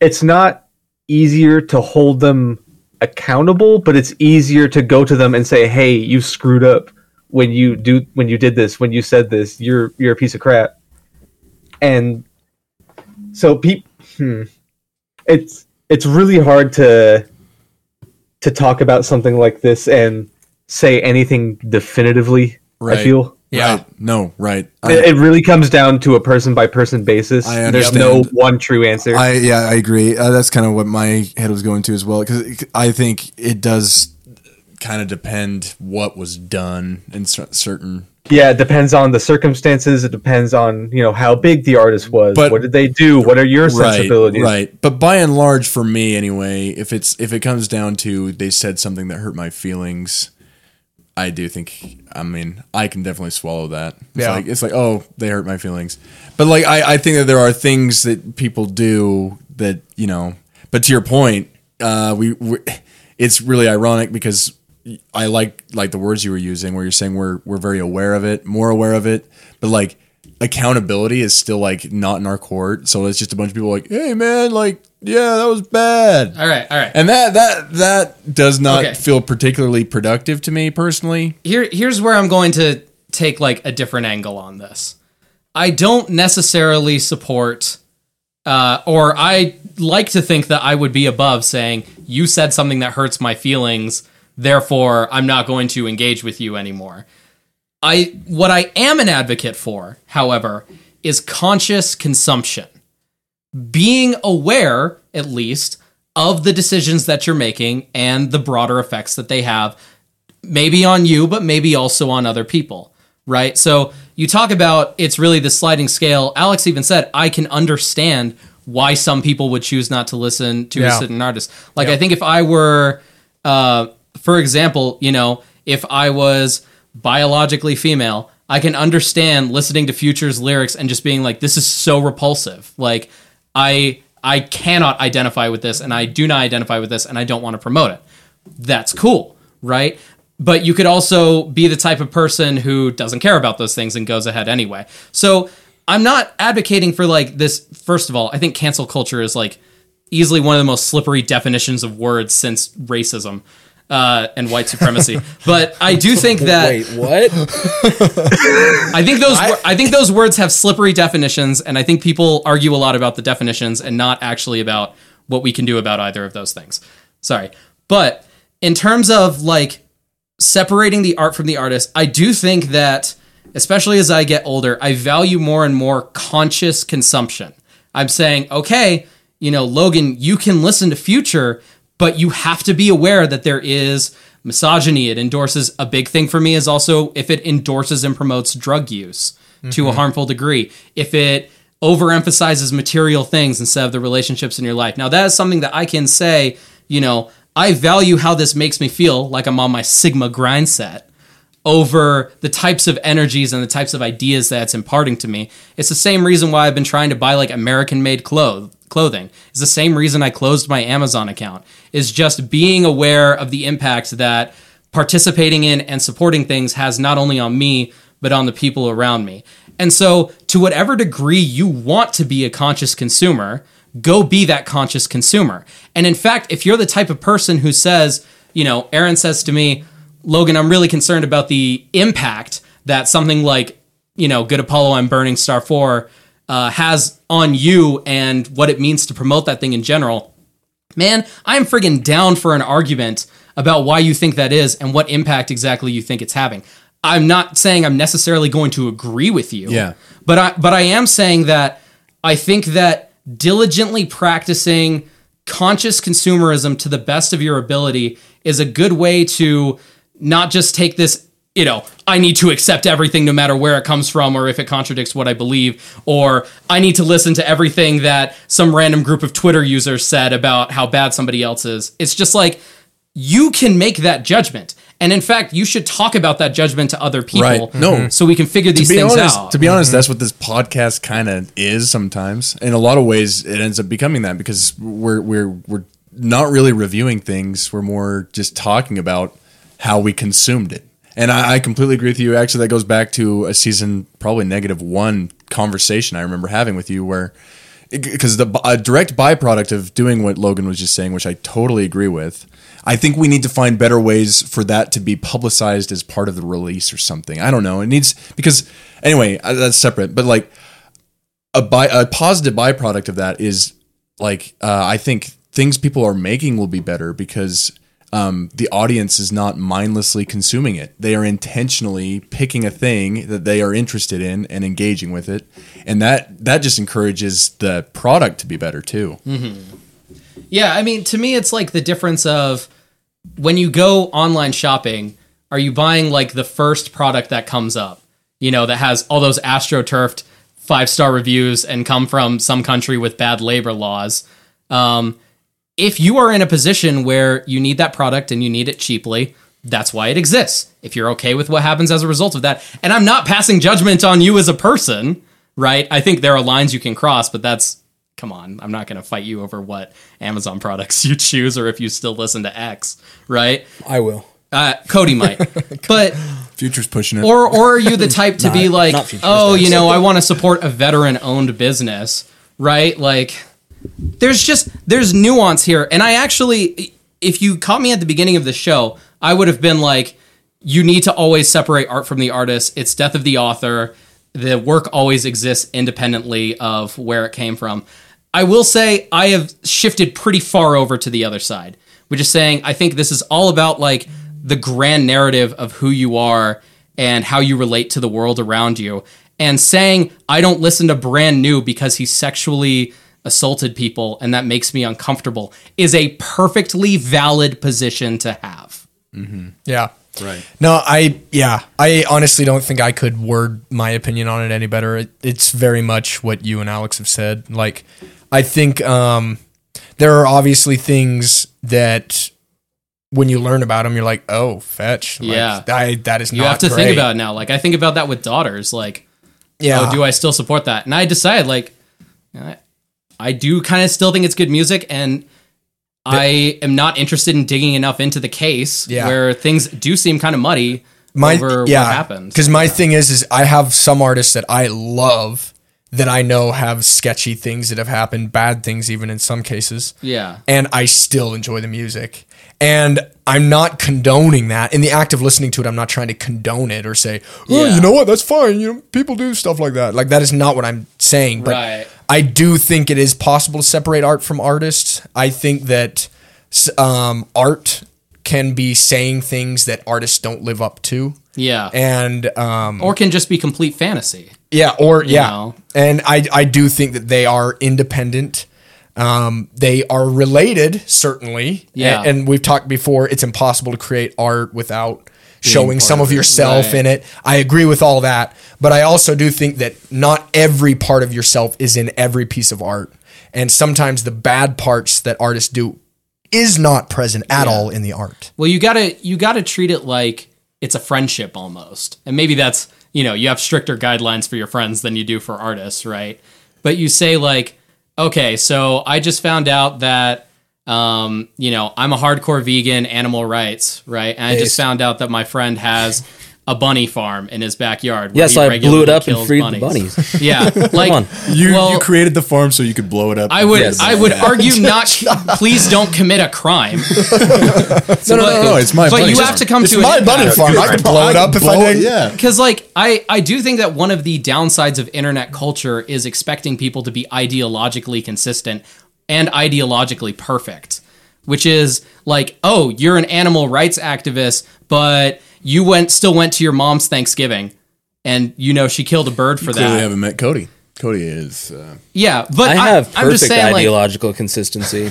S6: it's not easier to hold them accountable but it's easier to go to them and say hey you screwed up when you do when you did this when you said this you're you're a piece of crap and so pe- hmm, it's it's really hard to to talk about something like this and say anything definitively
S4: Right.
S6: i feel
S4: Yeah. No, right. I,
S6: it, it really comes down to a person by person basis.
S4: I
S6: There's no
S4: understand.
S6: one true answer.
S4: I yeah, I agree. Uh, that's kind of what my head was going to as well because I think it does kind of depend what was done in cer- certain.
S6: yeah, it depends on the circumstances. It depends on you know how big the artist was.
S4: But-
S6: what did they do? What are your
S4: Right,
S6: sensibilities?
S4: right. But by and large, for me anyway, if it's if it comes down to they said something that hurt my feelings, I do think. I mean, I can definitely swallow that. It's
S5: Yeah.
S4: like it's like oh, they hurt my feelings. But like I, I think that there are things that people do that you know. But to your point, uh, we, we it's really ironic because I like like the words you were using where you're saying we're we're very aware of it, more aware of it, but like accountability is still like not in our court. So it's just a bunch of people like, hey man, like yeah, that was bad.
S3: All right, all right.
S4: And that that that does not
S3: Okay.
S4: feel particularly productive to me personally.
S3: here here's where I'm going to take like a different angle on this. I don't necessarily support uh, or I like to think that I would be above saying you said something that hurts my feelings, therefore I'm not going to engage with you anymore. I what I am an advocate for, however, is conscious consumption. Being aware, at least, of the decisions that you're making and the broader effects that they have maybe on you, but maybe also on other people, right? So you talk about it's really the sliding scale. Alex even said, I can understand why some people would choose not to listen to
S5: Yeah.
S3: a certain artist. Like I think if I were, uh, for example, you know, if I was biologically female, I can understand listening to Future's lyrics and just being like, "This is so repulsive." Like I I cannot identify with this, and I do not identify with this, and I don't want to promote it that's cool, right? But you could also be the type of person who doesn't care about those things and goes ahead anyway. So I'm not advocating for like this. First of all, I think cancel culture is like easily one of the most slippery definitions of words since racism uh, and white supremacy. but I do think that
S2: Wait, what?
S3: I think those wor- I think those words have slippery definitions, and I think people argue a lot about the definitions and not actually about what we can do about either of those things. Sorry, but in terms of like separating the art from the artist, I do think that especially as I get older, I value more and more conscious consumption. I'm saying, okay, you know, Logan, you can listen to Future, but you have to be aware that there is misogyny. It endorses a big thing for me is also if it endorses and promotes drug use to a harmful degree. If it overemphasizes material things instead of the relationships in your life. Now, that is something that I can say, you know, I value how this makes me feel like I'm on my Sigma grind set over the types of energies and the types of ideas that it's imparting to me. It's the same reason why I've been trying to buy like American made clothes clothing. It's the same reason I closed my Amazon account. Is just being aware of the impact that participating in and supporting things has not only on me but on the people around me. And so to whatever degree you want to be a conscious consumer, go be that conscious consumer. And in fact, if you're the type of person who says, you know, Aaron says to me, Logan, I'm really concerned about the impact that something like, you know, Good Apollo and Burning Star 4 uh, has on you and what it means to promote that thing in general. Man, I'm friggin' down for an argument about why you think that is and what impact exactly you think it's having. I'm not saying I'm necessarily going to agree with you.
S4: Yeah.
S3: But I but I am saying that I think that diligently practicing conscious consumerism to the best of your ability is a good way to not just take this you know i need to accept everything no matter where it comes from or if it contradicts what i believe or i need to listen to everything that some random group of twitter users said about how bad somebody else is it's just like you can make that judgment and in fact you should talk about that judgment to other people
S4: Right. No.
S3: so we can figure these
S4: to be
S3: things
S4: honest,
S3: out Mm-hmm.
S4: to be honest, that's what this podcast kind of is sometimes. In a lot of ways, it ends up becoming that because we're we're we're not really reviewing things. We're more just talking about how we consumed it. And I, I completely agree with you. Actually, that goes back to a season probably negative one conversation I remember having with you where because the a direct byproduct of doing what Logan was just saying, which I totally agree with, I think we need to find better ways for that to be publicized as part of the release or something. I don't know. It needs because anyway, uh, that's separate. But like a by a positive byproduct of that is like uh, I think things people are making will be better because um, the audience is not mindlessly consuming it. They are intentionally picking a thing that they are interested in and engaging with it, and that that just encourages the product to be better too.
S3: Yeah, I mean, to me, it's like the difference of when you go online shopping, are you buying like the first product that comes up, you know, that has all those astroturfed five star reviews and come from some country with bad labor laws? Um, if you are in a position where you need that product and you need it cheaply, that's why it exists. If you're okay with what happens as a result of that, and I'm not passing judgment on you as a person, right? I think there are lines you can cross, but that's come on. I'm not going to fight you over what Amazon products you choose or if you still listen to X, right?
S2: I will.
S3: Uh, Cody might, but
S4: Future's pushing it.
S3: or or are you the type to be like,
S2: not future
S3: oh, you know, I want to support a veteran-owned business, right? Like, there's just there's nuance here, and I actually, if you caught me at the beginning of the show, I would have been like, you need to always separate art from the artist. It's death of the author. The work always exists independently of where it came from. I will say I have shifted pretty far over to the other side, which is saying I think this is all about like the grand narrative of who you are and how you relate to the world around you. And saying, I don't listen to brand new because he sexually assaulted people and that makes me uncomfortable is a perfectly valid position to have.
S5: Yeah. Right. No, I yeah, I honestly don't think I could word my opinion on it any better. It, it's very much what you and Alex have said. Like I think um, there are obviously things that when you learn about them, you're like, oh, fetch. Like,
S3: Yeah.
S5: I, that is
S3: You
S5: not
S3: have to
S5: Ah, great.
S3: think about it now. Like I think about that with daughters. Like,
S5: Yeah.
S3: oh, do I still support that? And I decided like, I, I do kind of still think it's good music, and I am not interested in digging enough into the case
S5: Yeah.
S3: where things do seem kind of muddy over what happened.
S5: Because my thing is, is I have some artists that I love that I know have sketchy things that have happened, bad things even in some cases.
S3: yeah,
S5: And I still enjoy the music. And I'm not condoning that. In the act of listening to it, I'm not trying to condone it or say, oh,
S3: Yeah.
S5: you know what, that's fine. You know, people do stuff like that. Like that is not what I'm saying. But
S3: Right.
S5: I do think it is possible to separate art from artists. I think that s- um, art can be saying things that artists don't live up to
S3: yeah,
S5: and um
S3: or can just be complete fantasy.
S5: yeah or yeah
S3: know.
S5: and i i do think that they are independent um they are related certainly
S3: Yeah.
S5: A- and, we've talked before it's impossible to create art without showing some of yourself
S3: Right.
S5: in it i agree with all that but i also do think that not every part of yourself is in every piece of art and sometimes the bad parts that artists do is not present at all in the art
S3: Well, you gotta you gotta treat it like it's a friendship almost, and maybe that's you know you have stricter guidelines for your friends than you do for artists, right? But you say like, okay, so I just found out that um, you know I'm a hardcore vegan, animal rights, right? And I just found out that my friend has a bunny farm in his backyard. where
S2: Yes,
S3: he
S2: I blew
S3: regularly
S2: it up and
S3: kills
S2: freed the bunnies.
S3: yeah, like
S2: on.
S4: You
S3: well,
S4: you created the farm so you could blow it up.
S3: I would
S2: Yes.
S3: I would argue not. Please don't commit a crime.
S4: no, no, no, no, Oh, it's my.
S3: But
S4: bunny
S3: you
S4: farm.
S3: have to come
S5: it's
S3: to an
S5: my
S3: impasse.
S5: bunny farm i could blow it up if
S4: Blow
S5: i
S4: it,
S5: did
S4: yeah.
S3: because like I, I do think that one of the downsides of internet culture is expecting people to be ideologically consistent and ideologically perfect which is like oh you're an animal rights activist but you went still went to your mom's thanksgiving and you know she killed a bird for
S4: Clearly,
S3: that
S4: haven't met Cody. Cody is. Uh,
S3: yeah but
S2: I have
S3: I, am
S2: perfect
S3: just saying like
S2: ideological consistency.
S3: you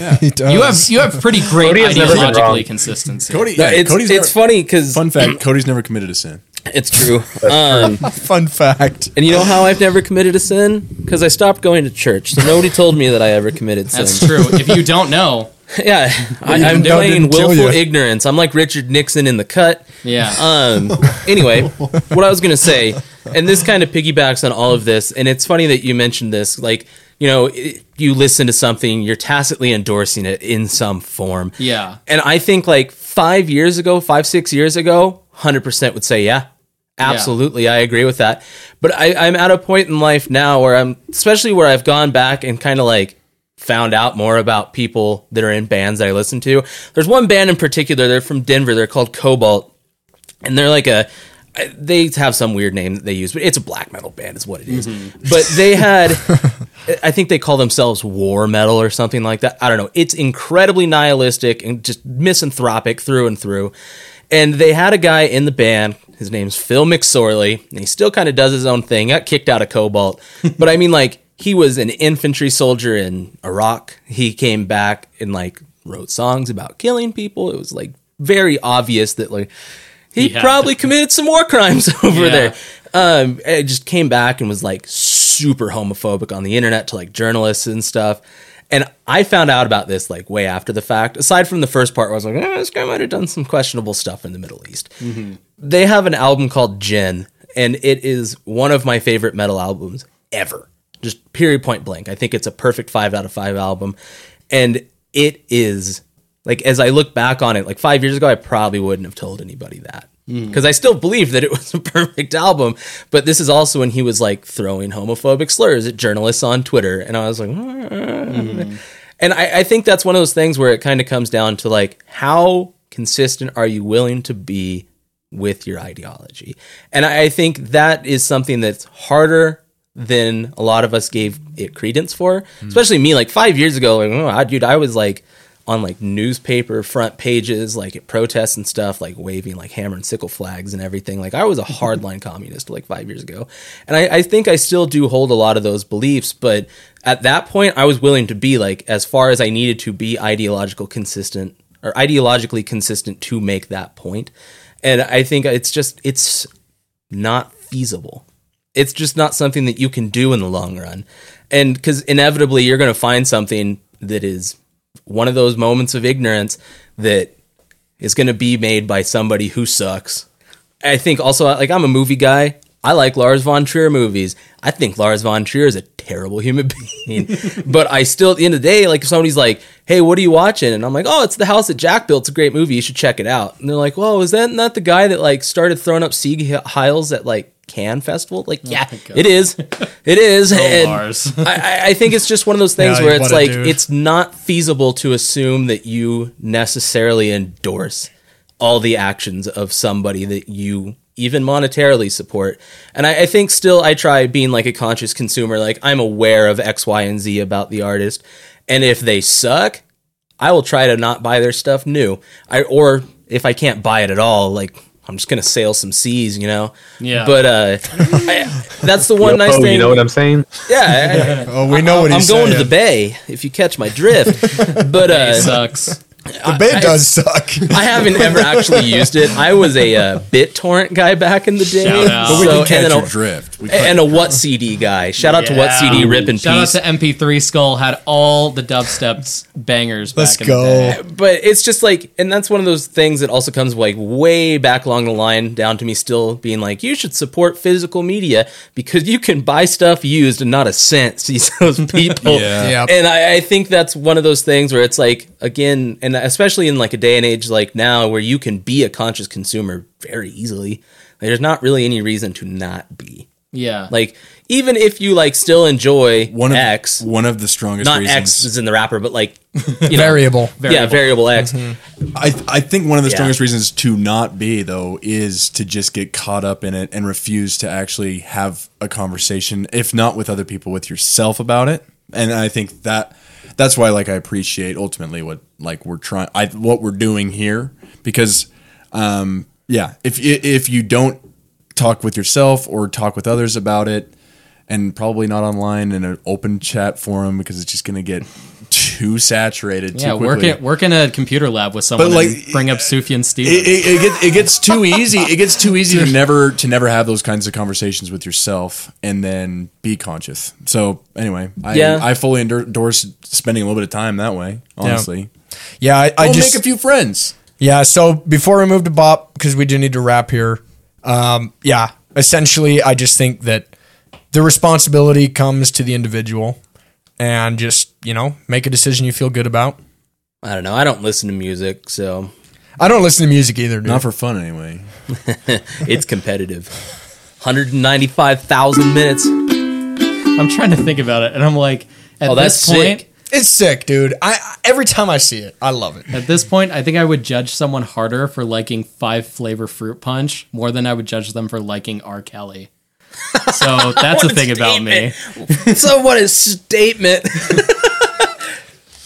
S3: have you have pretty great
S6: Cody has never been
S3: ideologically
S6: wrong.
S3: consistency
S4: Cody,
S2: No,
S4: yeah,
S2: it's
S4: Cody's
S2: it's
S4: never,
S2: funny 'cause funny
S4: fun fact. Cody's never committed a sin.
S2: because it's true. Um,
S5: fun fact
S2: and you know how I've never committed a sin because I stopped going to church. So nobody told me that I ever committed sin.
S3: that's true if you don't know
S2: Yeah, I, I'm
S5: didn't know
S2: playing
S5: didn't kill
S2: willful
S5: you.
S2: ignorance. I'm like Richard Nixon in the cut.
S3: yeah
S2: Um. Anyway, what I was gonna say, and this kind of piggybacks on all of this, and it's funny that you mentioned this. Like, you know, i you listen to something, you're tacitly endorsing it in some form.
S3: yeah
S2: And I think like five years ago, five, six years ago, 100% would say, yeah, absolutely. I agree with that. But I, I'm at a point in life now where I'm, especially where I've gone back and kind of like found out more about people that are in bands that I listen to. There's one band in particular, they're from Denver, they're called Cobalt. And they're like a, they have some weird name that they use, but it's a black metal band, is what it is. But they had. I think they call themselves war metal or something like that. I don't know. It's incredibly nihilistic and just misanthropic through and through. And they had a guy in the band. His name's Phil McSorley, and he still kind of does his own thing. Got kicked out of Cobalt, but I mean, like he was an infantry soldier in Iraq. He came back and like wrote songs about killing people. It was like very obvious that like he
S3: Yeah.
S2: probably committed some war crimes over
S3: Yeah.
S2: there um, it just came back and was like super homophobic on the internet to like journalists and stuff. And I found out about this like way after the fact. Aside from the first part, where I was like, eh, this guy might have done some questionable stuff in the Middle East. They have an album called Gin, and it is one of my favorite metal albums ever. Just period point blank. I think it's a perfect five out of five album. And it is like as I look back on it, like five years ago, I probably wouldn't have told anybody that because I still believe that it was a perfect album. But this is also when he was like throwing homophobic slurs at journalists on Twitter, and I was like, hmm, and I, I think that's one of those things where it kind of comes down to like how consistent are you willing to be with your ideology, and I, I think that is something that's harder than a lot of us gave it credence for, especially me. Like five years ago, like oh, I- dude, I was like on like newspaper front pages, like at protests and stuff, like waving like hammer and sickle flags and everything. Like I was a hardline communist like five years ago. And I, I think I still do hold a lot of those beliefs, but at that point I was willing to be like as far as I needed to be ideological consistent or ideologically consistent to make that point. And I think it's just it's not feasible. It's just not something that you can do in the long run. and because inevitably you're going to find something that is one of those moments of ignorance that is going to be made by somebody who sucks. I think also like I'm a movie guy. I like Lars von Trier movies. I think Lars von Trier is a terrible human being, but I still at the end of the day, like if somebody's like, "Hey, what are you watching?" and I'm like, "Oh, it's the house that Jack built. It's a great movie. You should check it out." And they're like, "Well, is that not the guy that like started throwing up sea he- heils at like Cannes Festival?" Like, yeah, it is, it is. And
S3: Lars.
S2: I- I, I think it's just one of those things
S5: Yeah,
S2: where
S5: what
S2: it's
S5: a
S2: like
S5: dude.
S2: it's not feasible to assume that you necessarily endorse all the actions of somebody that you even monetarily support. And I, I think still I try being like a conscious consumer, like I'm aware of X, Y, and Z about the artist. And if they suck, I will try to not buy their stuff new. I or if I can't buy it at all, like I'm just gonna sail some seas, you know.
S3: Yeah.
S2: But uh, I, that's the one nice
S6: oh,
S2: thing.
S6: you know what I'm saying?
S2: yeah. I-
S5: Oh, we know what
S2: I'm
S5: he's
S2: going
S5: saying.
S2: to the bay, if you catch my drift. but uh,
S3: sucks.
S5: The bed does suck.
S2: I haven't ever actually used it. I was a uh, BitTorrent guy back in the day.
S3: Shout out. But
S4: we
S2: So-
S4: can catch
S2: and, then
S4: your
S2: a,
S4: drift. We
S2: and a What CD guy. Shout out to What
S3: Yeah.
S2: CD, Rip and
S3: Shout
S2: Peace.
S3: out to MP3 Skull had all the dubstep bangers.
S5: Let's
S3: back in the
S5: go.
S3: day.
S2: but it's just like, and that's one of those things that also comes like way back along the line down to me still being like, you should support physical media because you can buy stuff used and not a cent sees those people.
S4: Yeah.
S5: Yep.
S2: And I, I think that's one of those things where it's like, again, and especially in like a day and age like now where you can be a conscious consumer very easily, like, there's not really any reason to not be.
S3: Yeah,
S2: Like, even if you like still enjoy
S4: one of
S2: X,
S4: one of the strongest
S2: not
S4: reasons.
S2: X is in the rapper, but like,
S5: Variable.
S2: yeah, variable X.
S4: Mm-hmm. I, I think one of the
S2: Yeah.
S4: strongest reasons to not be though is to just get caught up in it and refuse to actually have a conversation if not with other people with yourself about it and i think that that's why like i appreciate ultimately what like we're trying i what we're doing here because um yeah if i- if you don't talk with yourself or talk with others about it and probably not online in an open chat forum because it's just going to get too saturated too
S3: yeah. Work
S4: quickly
S3: in, work in a computer lab with someone.
S4: like,
S3: and bring up Sufjan Stevens.
S4: it, it, it gets it gets too easy. It gets too easy to never to never have those kinds of conversations with yourself and then be conscious. So anyway, I
S2: Yeah.
S4: I fully endor- endorse spending a little bit of time that way. Honestly,
S5: Yeah, I, I
S4: I'll
S5: just
S4: make a few friends.
S5: yeah. So before we move to Bop, because we do need to wrap here. Um, yeah, essentially, I just think that the responsibility comes to the individual, and just you know, make a decision you feel good about.
S2: I don't know. I don't listen to music, so
S5: I don't listen to music either, dude.
S4: Not for fun anyway.
S2: it's competitive. 195,000 minutes.
S3: I'm trying to think about it, and I'm like, at
S2: Oh, that's
S3: this point,
S2: sick.
S5: it's sick, dude. I- I every time I see it, I love it.
S3: at this point, I think I would judge someone harder for liking Five Flavor Fruit Punch more than I would judge them for liking R. Kelly. So that's the thing about me.
S2: so what a statement.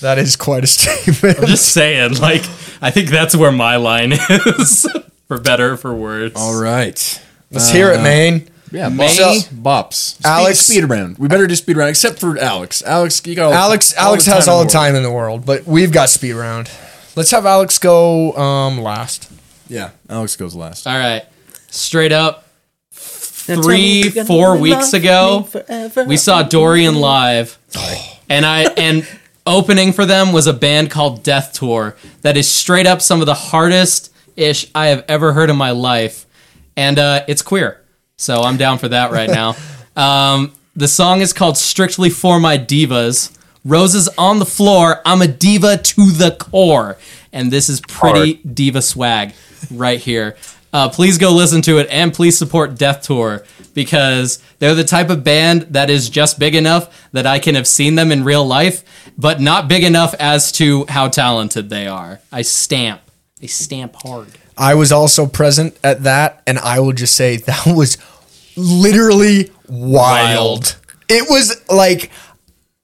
S5: That is quite a statement.
S3: Just saying, like, I think that's where my line is, for better or for worse.
S4: All right.
S5: Let's hear it, Maine.
S4: Yeah,
S5: May-
S4: bops. bops. Speed-
S5: Alex-
S4: speed around. We better do speed around, except for Alex. Alex, you got all-
S5: Alex
S4: all
S5: Alex
S4: the
S5: has
S4: in
S5: all the
S4: world.
S5: time in the world, but we've got speed round. Let's have Alex go um, last.
S4: Yeah, Alex goes last.
S3: All right. Straight up, three, four weeks ago, we saw Dorian live. And I and opening for them was a band called Death Tour that is straight up some of the hardest ish I have ever heard in my life. And uh, it's queer. So I'm down for that right now. Um, the song is called Strictly For My Divas. Roses on the floor. I'm a diva to the core. And this is pretty diva swag right here. Uh, please go listen to it and please support Death Tour because they're the type of band that is just big enough that I can have seen them in real life, but not big enough as to how talented they are. I stamp. I stamp hard.
S5: I was also present at that, and I will just say that was literally wild.
S3: Wild.
S5: It was like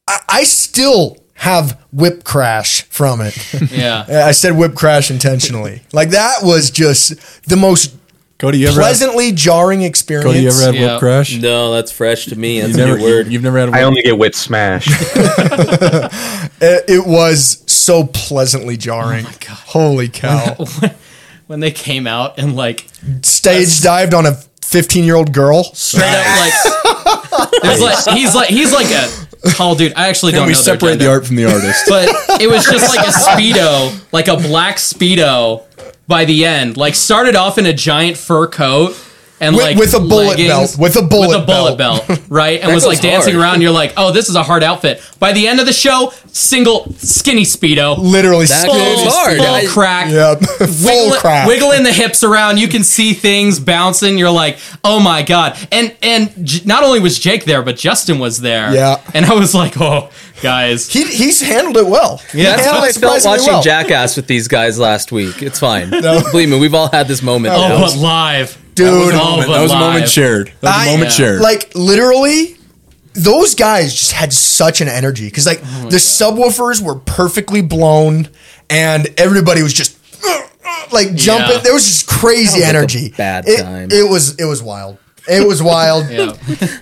S5: I, I still have whip crash from it.
S3: Yeah.
S5: I said whip crash intentionally. Like that was just the most
S4: Cody, you ever
S5: pleasantly jarring experience.
S4: Had, Cody, you ever had
S3: Yeah.
S4: whip crash?
S2: No, that's fresh to me. That's
S4: You've never,
S2: a new word.
S4: you- you've never had. a
S6: I
S4: whip-
S6: only get wit smash.
S5: it, it was so pleasantly jarring. Oh my God. Holy cow.
S3: when they came out and like
S5: Stage dived on a 15 year old girl.
S3: straight up like there's like he's like he's like a Oh, dude, I actually
S4: Can
S3: don't
S4: we
S3: know. their
S4: separate
S3: gender.
S4: the art from the artist?
S3: but it was just like a speedo, like a black speedo. By the end, like started off in a giant fur coat and
S5: With-
S3: like
S5: with a bullet belt. With a bullet
S3: with a bullet belt, right? And was
S2: goes
S3: like dancing
S2: hard.
S3: around. You're like, oh, this is a hard outfit. By the end of the show, single skinny speedo,
S5: Literally,
S2: That
S5: skin-
S2: goes hard.
S3: full
S2: I-
S3: crack.
S5: Yep. Full
S3: Wiggle-
S5: crap.
S3: Wiggling the hips around, you can see things bouncing. You're like, oh my god! And and J- not only was Jake there, but Justin was there.
S5: Yeah.
S3: and I was like, oh, guys,
S5: He, he's handled it well.
S2: Yeah, that's
S5: Yeah,
S2: how I
S5: it's
S2: felt
S5: surprisingly
S2: watching
S5: well.
S2: Jackass with these guys last week. It's fine. Believe me, we've all had this moment.
S3: oh,
S2: now.
S3: but live,
S5: Dude,
S3: Oh,
S4: that
S3: but
S4: was a moment
S3: live.
S4: shared. That was
S5: I-
S4: a moment
S5: yeah.
S4: shared.
S5: Like literally, those guys just had such an energy because like
S2: Oh
S5: the subwoofers were perfectly blown, and everybody was just uh, uh, like jumping.
S3: Yeah.
S5: There was just crazy
S2: Sounds like a
S5: energy.
S2: bad
S5: it,
S2: time.
S5: It was it was wild. It was wild.
S3: Yeah.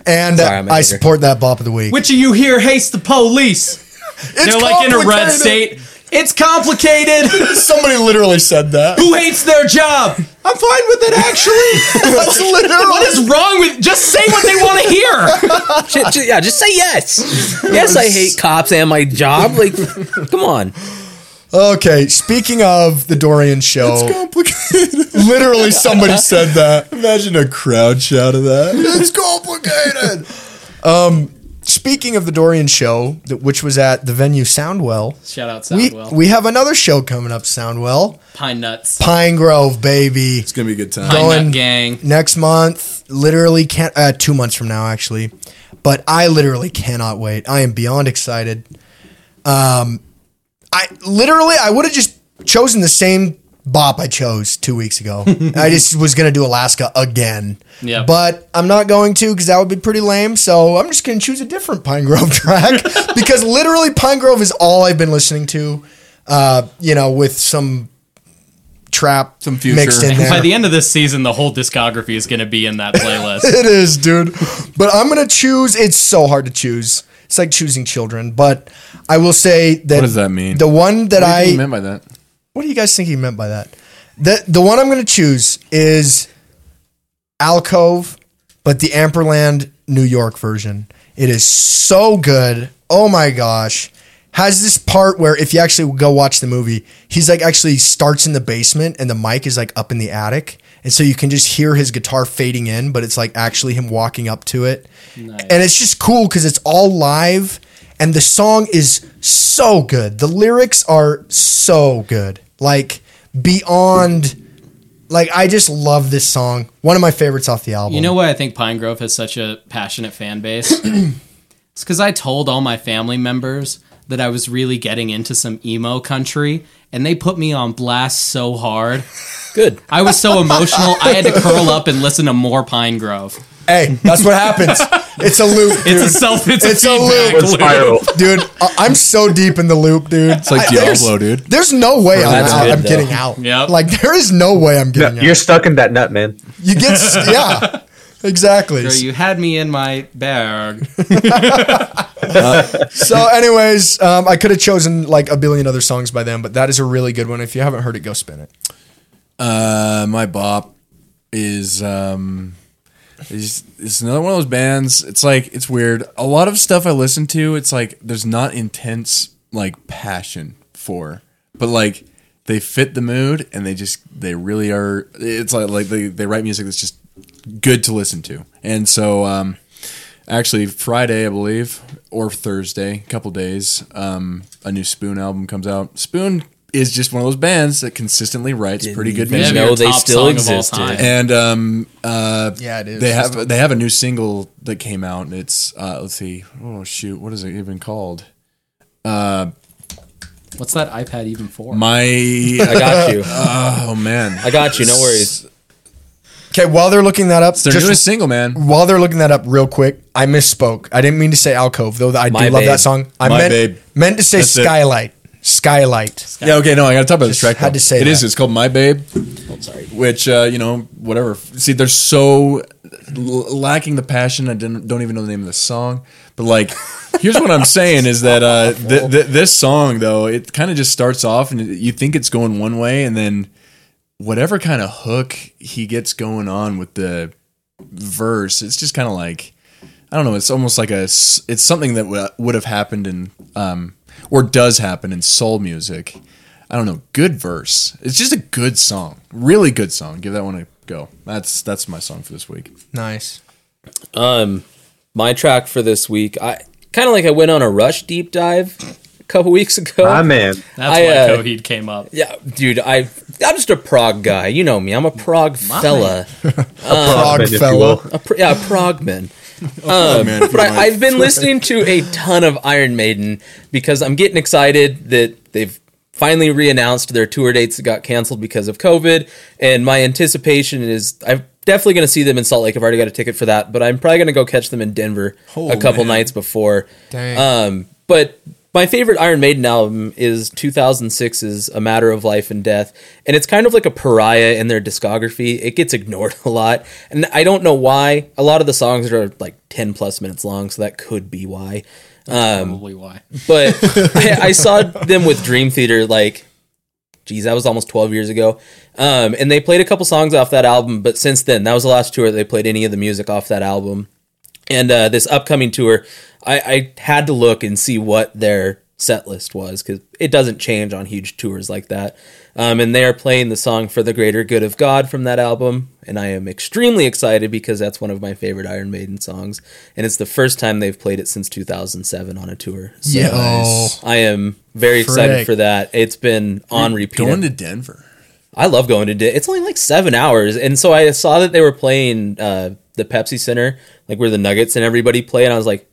S5: And uh,
S2: Sorry, I'm a
S5: I
S2: hater.
S5: support that bop of the week.
S3: Which of you here hates the police?
S5: It's
S3: They're like in a red
S5: complicated.
S3: state. It's complicated.
S5: Somebody literally said that.
S3: Who hates their job? I'm fine with it, actually.
S5: That's literally
S3: what is wrong with? Just say what they want to hear.
S2: Ju- ju- yeah, just say yes. yes, I hate cops and my job. Like, come on.
S5: okay. Speaking of the Dorian show,
S4: complicated.
S5: literally somebody said that.
S4: Imagine a crowd shout of that.
S5: It's complicated. um, speaking of the Dorian show, th- which was at the venue Soundwell,
S3: Shout out
S5: we
S3: Soundwell.
S5: we have another show coming up. Soundwell,
S3: Pine nuts.
S5: Pine Grove, baby.
S4: It's gonna be a good time.
S3: Pine
S5: going-
S3: nut gang.
S5: Next month, literally can't. Uh, two months from now, actually. But I literally cannot wait. I am beyond excited. Um, I literally I would have just chosen the same bop I chose two weeks ago. I just was gonna do Alaska again.
S3: Yeah.
S5: But I'm not going to because that would be pretty lame. So I'm just going to choose a different Pine Grove track because literally Pine Grove is all I've been listening to. Uh, you know, with some trap
S4: Some future.
S5: mixed in
S4: And
S5: there.
S3: By the end of this season, the whole discography is going to be in that playlist.
S5: it is, dude. But I'm going to choose. It's so hard to choose. It's like choosing children. But I will say that. What
S4: does that mean?
S5: The one that
S4: What do you
S5: I
S4: meant by that?
S5: what do you guys think he meant by that? The the one I'm going to choose is Alcove, but the Amperland New York version. It is so good. Oh my gosh. Has this part where if you actually go watch the movie, he's like actually starts in the basement and the mic is like up in the attic. And so you can just hear his guitar fading in, but it's like actually him walking up to it. And it's just cool because it's all live and the song is so good. The lyrics are so good. Like beyond like I just love this song. One of my favorites off the album.
S3: You know why I think Pine Grove has such a passionate fan base? it's because I told all my family members that I was really getting into some emo country, and they put me on blast so hard.
S2: Good.
S3: I was so emotional, I had to curl up and listen to more Pine Grove.
S5: Hey, that's what happens. it's a loop, dude.
S3: It's a self. It's,
S5: It's
S3: a
S5: a
S3: feedback
S5: loop.
S6: It was
S3: loop.
S6: viral.
S5: dude, I- I'm so deep in the loop, dude. It's
S4: like Diablo, dude.
S5: there's, There's no way I'm,
S2: that's
S5: out,
S2: good,
S5: I'm
S2: though.
S5: getting out.
S3: Yep.
S5: Like there is no way I'm getting
S6: You're
S5: out.
S6: stuck in that nut, man.
S5: You get s- yeah. Exactly.
S3: Girl, You had me in my bag.
S5: So, anyways, um, I could have chosen like a billion other songs by them, but that is a really good one. If you haven't heard it, go spin it.
S4: Uh, my bop is um, is it's another one of those bands. It's like it's weird. A lot of stuff I listen to, it's like there's not intense like passion for, but like they fit the mood and they just they really are. It's like like they they write music that's just good to listen to, and so um. Actually, Friday, I believe, or Thursday, a couple days, um, a new Spoon album comes out. Spoon is just one of those bands that consistently writes pretty good
S2: even
S4: music.
S2: know
S3: Your
S2: they
S3: top
S2: still
S3: song of all
S2: existed.
S3: time.
S4: And um, uh,
S5: Yeah, it is.
S4: they have they have a new single that came out. and It's uh, let's see, oh shoot, what is it even called?
S3: What's that iPad even for?
S4: My
S2: I got you.
S4: oh man,
S2: I got you. No worries.
S5: Okay, while they're looking that up,
S4: their
S5: just
S4: newest single, man.
S5: while they're looking that up, real quick, I misspoke. I didn't mean to say Alcove, though. I do
S2: My
S5: love
S2: babe.
S5: that song. I
S4: My
S5: meant
S4: babe.
S5: meant to say
S4: That's it.
S5: Skylight. Skylight.
S4: Yeah, okay, no, I gotta talk about this
S5: Just
S4: track.
S5: had
S4: though.
S5: to say
S4: it is.
S5: that. Oh,
S4: It's called My Babe. Which uh, you know, whatever. See, they're so l- lacking the passion. I didn't, don't even know the name of the song. But like, here's what I'm saying is that uh, th- th- this song though, it kind of just starts off and you think it's going one way, and then whatever kind of hook he gets going on with the verse, it's just kind of like I don't know. It's almost like a s- it's something that w- would have happened in um or does happen in soul music. I don't know. Good verse. It's just a good song. Really good song. Give that one a go. That's that's my song for this week.
S5: Nice.
S2: Um, my track for this week, I kind of like I went on a Rush deep dive a couple weeks ago.
S6: My man.
S3: That's
S2: I,
S3: why
S2: uh,
S3: Coheed came up.
S2: yeah, dude, I I'm just a prog guy. You know me. I'm a prog fella. Uh,
S7: Frog
S6: Frog man, if you
S7: fellow.
S6: will.
S2: A pr- yeah, a prog man.
S4: Oh, man, if you
S2: But
S4: might.
S2: I, I've been listening to a ton of Iron Maiden because I'm getting excited that they've finally reannounced their tour dates that got canceled because of COVID. And my anticipation is I'm definitely going to see them in Salt Lake. I've already got a ticket for that, but I'm probably going to go catch them in Denver a couple nights before. Um, but my favorite Iron Maiden album is 2006's A Matter of Life and Death, and it's kind of like a pariah in their discography. It gets ignored a lot, and I don't know why. A lot of the songs are like 10 plus minutes long, so that could be why.
S3: Probably why.
S2: But I, I saw them with Dream Theater like geez, that was almost 12 years ago. Um, and they played a couple songs off that album, but since then, that was the last tour they played any of the music off that album. And uh, this upcoming tour, I, I had to look and see what their set list was because it doesn't change on huge tours like that. Um, and they are playing the song For the Greater Good of God from that album. And I am extremely excited because that's one of my favorite Iron Maiden songs. And it's the first time they've played it since 2007 on a tour. So
S5: Yes.
S2: I am very excited
S5: Frick.
S2: for that. It's been on repeat.
S4: Going to Denver.
S2: I love going to Di- it's only like seven hours, and so I saw that they were playing uh, the Pepsi Center, like where the Nuggets and everybody play, and I was like,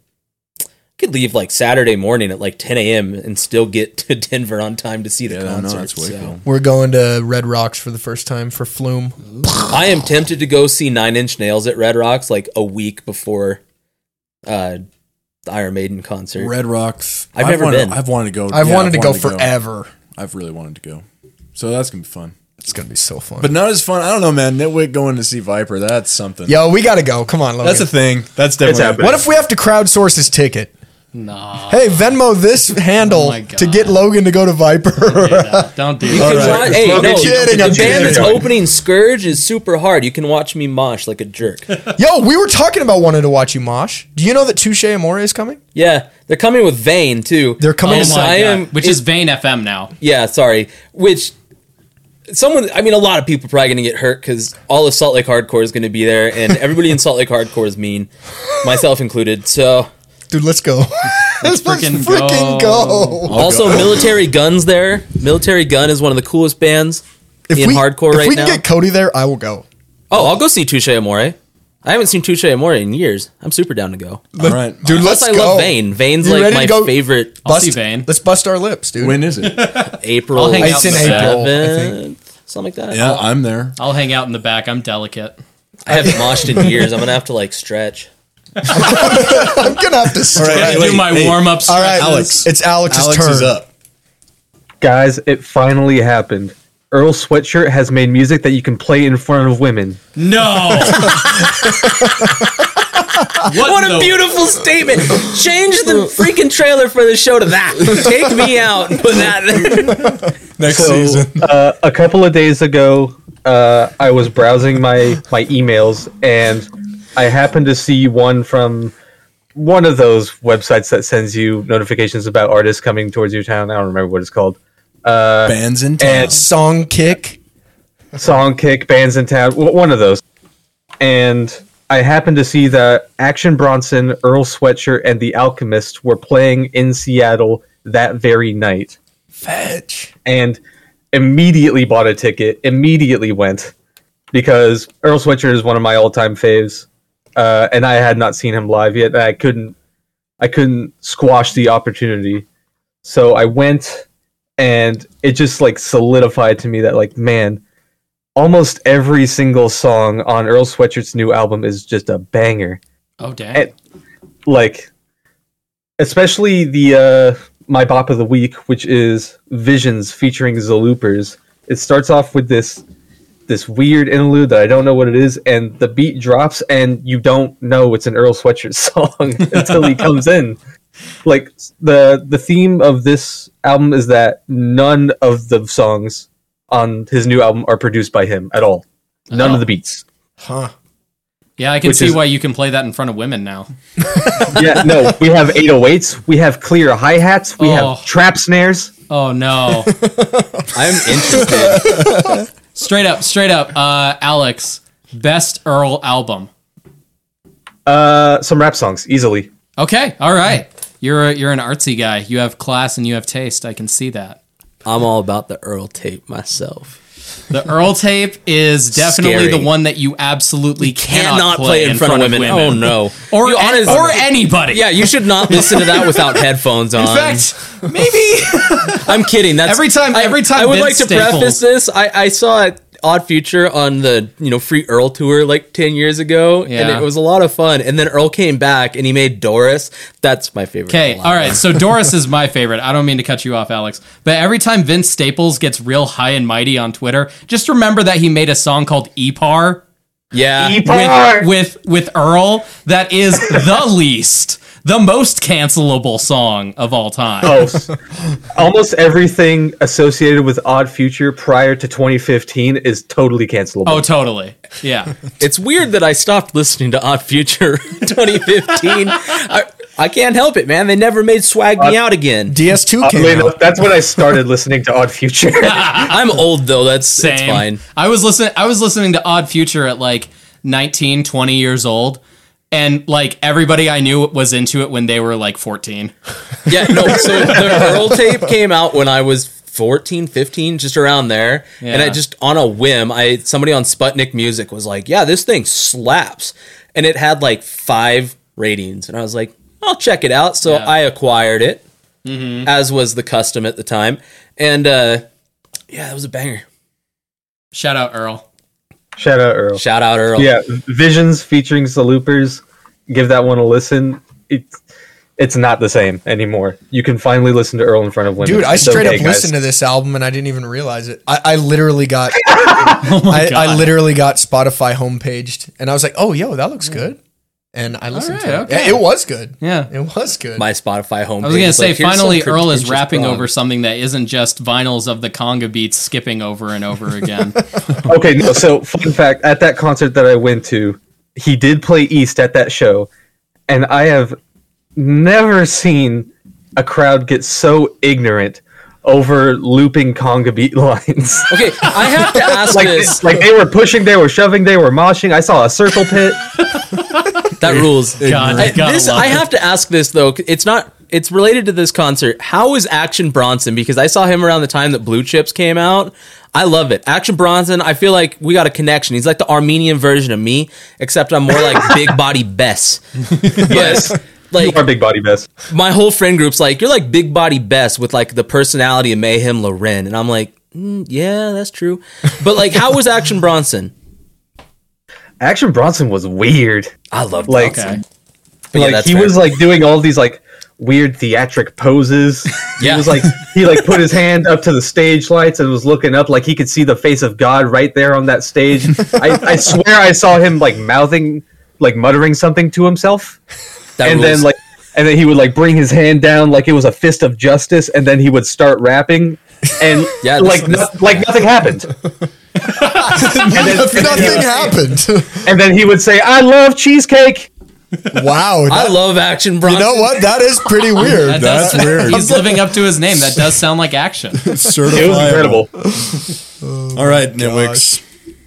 S2: I could leave like Saturday morning at like 10 a.m. and still get to Denver on time to see the
S4: Yeah, I
S2: concert.
S4: don't know. That's way
S2: so.
S4: cool.
S5: We're going to Red Rocks for the first time for Flume.
S2: I am tempted to go see Nine Inch Nails at Red Rocks like a week before uh, the Iron Maiden concert.
S4: Red Rocks.
S2: I've never
S4: wanted,
S2: been.
S4: I've wanted to go.
S5: I've
S4: yeah,
S5: wanted to
S4: I've
S5: go forever.
S4: I've really wanted to go. So that's gonna be fun.
S5: It's gonna be so fun.
S4: But not as fun. I don't know, man. Nitwit going to see Viper. That's something.
S5: Yo, we gotta go. Come on, Logan.
S4: That's a thing. That's definitely.
S6: happening.
S5: what if we have to crowdsource his ticket?
S3: Nah.
S5: Hey, Venmo this handle
S3: my
S5: to get
S3: God.
S5: Logan to go to Viper.
S3: do that. Don't do
S2: You
S3: that.
S2: can watch- hey,
S6: I'm
S2: no,
S5: kidding,
S2: the
S5: I'm
S2: band
S5: kidding.
S2: that's opening Scourge is super hard. You can watch me mosh like a jerk.
S5: Yo, we were talking about wanting to watch you mosh. Do you know that Touche Amore is coming?
S2: Yeah, they're coming with Vane too.
S5: They're coming
S2: And
S5: with-
S3: Oh
S5: So
S3: my
S2: I
S3: God.
S2: am-
S3: Which
S2: it-
S3: is Vane FM now.
S2: yeah, sorry. Which someone, I mean, a lot of people are probably going to get hurt because all of Salt Lake Hardcore is going to be there, and everybody in Salt Lake Hardcore is mean, myself included. So
S5: Dude, let's go. Let's
S3: freaking
S5: freaking go.
S2: also, Military Guns there. Military Gun is one of the coolest bands
S5: If
S2: in
S5: we,
S2: hardcore
S5: if
S2: right
S5: we
S2: now.
S5: can get Cody there, I will go.
S2: oh, I'll go see Touche Amore. I haven't seen Touche Amore in years. I'm super down to go.
S4: All right.
S5: Dude,
S2: Plus,
S5: let's
S2: I
S5: go.
S2: love Vane. Vane's
S5: You
S2: like
S5: ready
S2: my
S5: to go?
S2: favorite.
S3: I'll see Vane.
S5: Let's bust our lips, dude.
S4: When is it?
S2: April.
S3: I'll hang out
S5: it's in
S3: with
S5: April. I think.
S2: seventh, something like that.
S4: Yeah, I'm there.
S3: I'll hang out in the back. I'm delicate.
S2: I haven't moshed in years. I'm gonna have to like stretch.
S5: I'm gonna have to stretch.
S3: I do my warm ups.
S5: All right,
S4: Alex.
S5: It's Alex's
S4: Alex
S5: turn.
S4: is up.
S6: Guys, it finally happened. Earl Sweatshirt has made music that you can play in front of women.
S3: No. what
S2: What
S3: in
S2: a
S3: the-
S2: beautiful statement! Change the freaking trailer for the show to that. Take me out and put that. There.
S4: Next
S6: So,
S4: season.
S6: uh, a couple of days ago, uh, I was browsing my my emails and I happened to see one from one of those websites that sends you notifications about artists coming towards your town. I don't remember what it's called.
S4: Bands in town.
S6: And
S5: Song kick.
S6: song kick bands in town w- one of those and i happened to see that action bronson earl sweatshirt and the alchemist were playing in seattle that very night
S5: Fetch.
S6: and immediately bought a ticket immediately went because earl sweatshirt is one of my all-time faves uh, and i had not seen him live yet and i couldn't i couldn't squash the opportunity so i went and it just like solidified to me that like man almost every single song on Earl Sweatshirt's new album is just a banger.
S3: Oh dang.
S6: Hey. Like, especially the uh, my bop of the week, which is Visions featuring Zaloopers. It starts off with this this weird interlude that I don't know what it is, and the beat drops, and you don't know it's an Earl Sweatshirt song until he comes in. Like the the theme of this album is that none of the songs on his new album are produced by him at all. None
S3: Oh.
S6: of the beats.
S5: Huh.
S3: Yeah, I can
S6: Which
S3: see
S6: is-
S3: why you can play that in front of women now.
S6: yeah, no, we have 808s, we have clear hi hats, we
S3: Oh.
S6: have trap snares.
S3: Oh no.
S2: I'm interested.
S3: straight up, straight up, uh Alex, best Earl album.
S6: Uh, some rap songs easily.
S3: Okay, all right. You're a, you're an artsy guy. You have class and you have taste. I can see that.
S2: I'm all about the Earl tape myself.
S3: The Earl tape is definitely
S2: Scary.
S3: the one that you absolutely cannot,
S2: Cannot
S3: play, in front, of women.
S2: Oh no.
S3: Or
S2: You
S3: an-
S2: honestly-
S3: or anybody.
S2: Yeah, you should not listen to that without headphones on.
S3: In fact, maybe
S2: I'm kidding. That's
S3: Every time-
S2: I,
S3: every time
S2: I would
S3: Vince
S2: like to
S3: Staples-
S2: preface this. I, I saw it Odd Future on the you know Free Earl tour like ten years ago, and
S3: Yeah.
S2: it was a lot of fun. And then Earl came back and he made Doris. That's my favorite.
S3: Okay,
S2: line.
S3: all right. So Doris is my favorite. I don't mean to cut you off, Alex, but every time Vince Staples gets real high and mighty on Twitter, just remember that he made a song called EPAR
S2: Yeah.
S6: E
S3: with with, with Earl. That is the least, the most cancelable song of all time.
S6: Oh, s- almost everything associated with Odd Future prior to 2015 is totally cancelable.
S3: Oh, totally. Yeah.
S2: It's weird that I stopped listening to Odd Future in 2015. I, I can't help it, man. They never made Swag Me Out again.
S5: DS2
S6: Oddly
S5: came
S6: enough,
S5: out.
S6: that's when I started listening to Odd Future.
S2: I'm old though. That's
S3: Same.
S2: it's fine.
S3: I was listening I was listening to Odd Future at like 19, 20 years old. And like everybody I knew was into it when they were like 14.
S2: Yeah, no. So the Earl tape came out when I was 14, 15, just around there. And I
S3: Yeah.
S2: just on a whim, I somebody on Sputnik Music was like, "Yeah, this thing slaps," and it had like five ratings, and I was like, "I'll check it out." So
S3: Yeah. Mm-hmm.
S2: I acquired it, as was the custom at the time, and uh, yeah, it was a banger.
S3: Shout out Earl.
S6: Shout out Earl.
S2: Shout out Earl.
S6: Yeah, Visions featuring the Loopers. Give that one a listen. It's it's not the same anymore. You can finally listen to Earl in front of women.
S5: Dude, I
S6: It's
S5: straight
S6: okay,
S5: up
S6: guys.
S5: listened to this album and I didn't even realize it. I, I literally got I, I
S3: Oh God.
S5: literally got Spotify homepaged and I was like, oh yo, that looks good. And I listened
S3: right,
S5: to it.
S3: okay.
S5: Yeah, It was good.
S3: Yeah.
S5: It was good.
S2: My Spotify homepage.
S3: I was gonna
S2: is
S3: say,
S2: like, "Here's
S3: finally,
S2: some
S3: Earl is
S2: pretentious
S3: rapping
S2: prog."
S3: over something that isn't just vinyls of the conga beats skipping over and over again.
S6: Okay, no. So fun fact: at that concert that I went to, he did play East at that show, and I have never seen a crowd get so ignorant over looping conga beat lines.
S2: Okay, I have to ask
S6: like,
S2: this.
S6: like they were pushing, they were shoving, they were moshing. I saw a circle pit.
S2: That rules.
S3: God,
S2: I,
S3: I gotta
S2: this,
S3: love
S2: I
S3: it.
S2: have to ask this though. It's not. It's related to this concert. How is Action Bronson? Because I saw him around the time that Blue Chips came out. I love it. Action Bronson. I feel like we got a connection. He's like the Armenian version of me, except I'm more like Big Body Bess. yes. Like
S6: Our big body mess.
S2: my whole friend group's like, you're like Big Body Bess with like the personality of Mayhem Loren, and I'm like, mm, yeah, that's true. But like, how was Action Bronson?
S6: Action Bronson was weird.
S2: I loved
S6: Like,
S3: Okay.
S2: But yeah,
S6: like
S2: that's
S6: he
S2: fair.
S6: was like doing all these like weird theatric poses.
S2: Yeah.
S6: He was like he like put his hand up to the stage lights and was looking up like he could see the face of God right there on that stage. I, I swear I saw him like mouthing like muttering something to himself.
S2: That
S6: and then
S2: rules.
S6: like and then he would like bring his hand down like it was a fist of justice and then he would start rapping and
S2: Yeah, this-
S6: like no- like nothing happened. and, then,
S5: Nothing happened.
S6: and then he would say, I love cheesecake.
S5: wow.
S2: I
S5: that-
S2: love Action Bronson.
S5: you know what? That is pretty
S3: That
S5: weird.
S3: does, He's living up to his name. That does sound like action.
S6: It was
S4: Certifiable.
S6: incredible.
S4: All right, Netwix.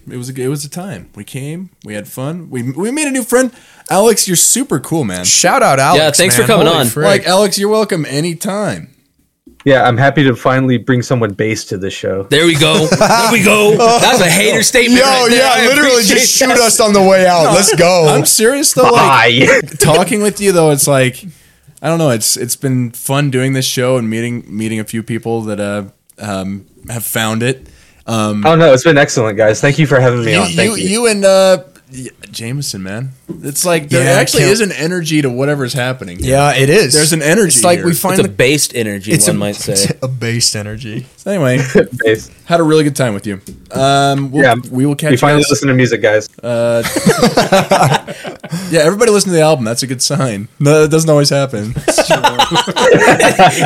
S4: Oh It was a, it was a time. We came. We had fun. We we made a new friend. Alex, you're super cool, man.
S5: Shout out Alex.
S2: Yeah, thanks for
S5: man.
S2: coming
S5: Holy
S2: on.
S5: frick.
S4: Like Alex, you're welcome anytime.
S6: Yeah, I'm happy to finally bring someone bass to the show.
S2: There we go. There we go. That's a hater statement.
S5: Oh. Yo,
S2: right there.
S5: yeah,
S2: I
S5: literally
S2: appreciate
S5: just
S2: that.
S5: shoot us on the way out. Let's go.
S4: I'm serious though. Like
S6: Bye.
S4: talking with you though, it's like I don't know. It's it's been fun doing this show and meeting meeting a few people that uh um have found it.
S6: oh no, it's been excellent, guys. Thank you for having me
S4: You
S6: on.
S4: you,
S6: Thank you.
S4: you and uh y- Jameson, man. It's like there
S5: Yeah, I
S4: actually
S5: can't-
S4: is an energy to whatever's happening. here.
S5: yeah, it is.
S4: There's an energy
S5: It's like
S4: here.
S5: we
S4: It's
S5: find
S2: It's a
S5: the,
S2: based energy, one might
S5: it's
S2: say.
S5: a based energy.
S4: So anyway,
S6: Bass.
S4: had a really good time with you. Um, we'll,
S6: Yeah,
S4: we will catch
S6: We
S4: you.
S6: finally
S4: guys-
S6: listen to music, guys.
S4: Yeah, everybody listen to the album. That's a good sign. No, that doesn't always happen.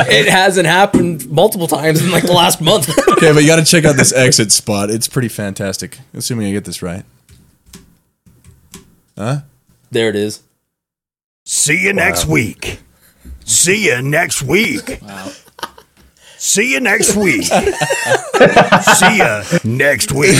S2: It hasn't happened multiple times in like the last month.
S4: okay, but you got to check out this exit spot. It's pretty fantastic. Assuming I get this right.
S2: There it is.
S1: See you next week. See you next week. See you next week. See you next week.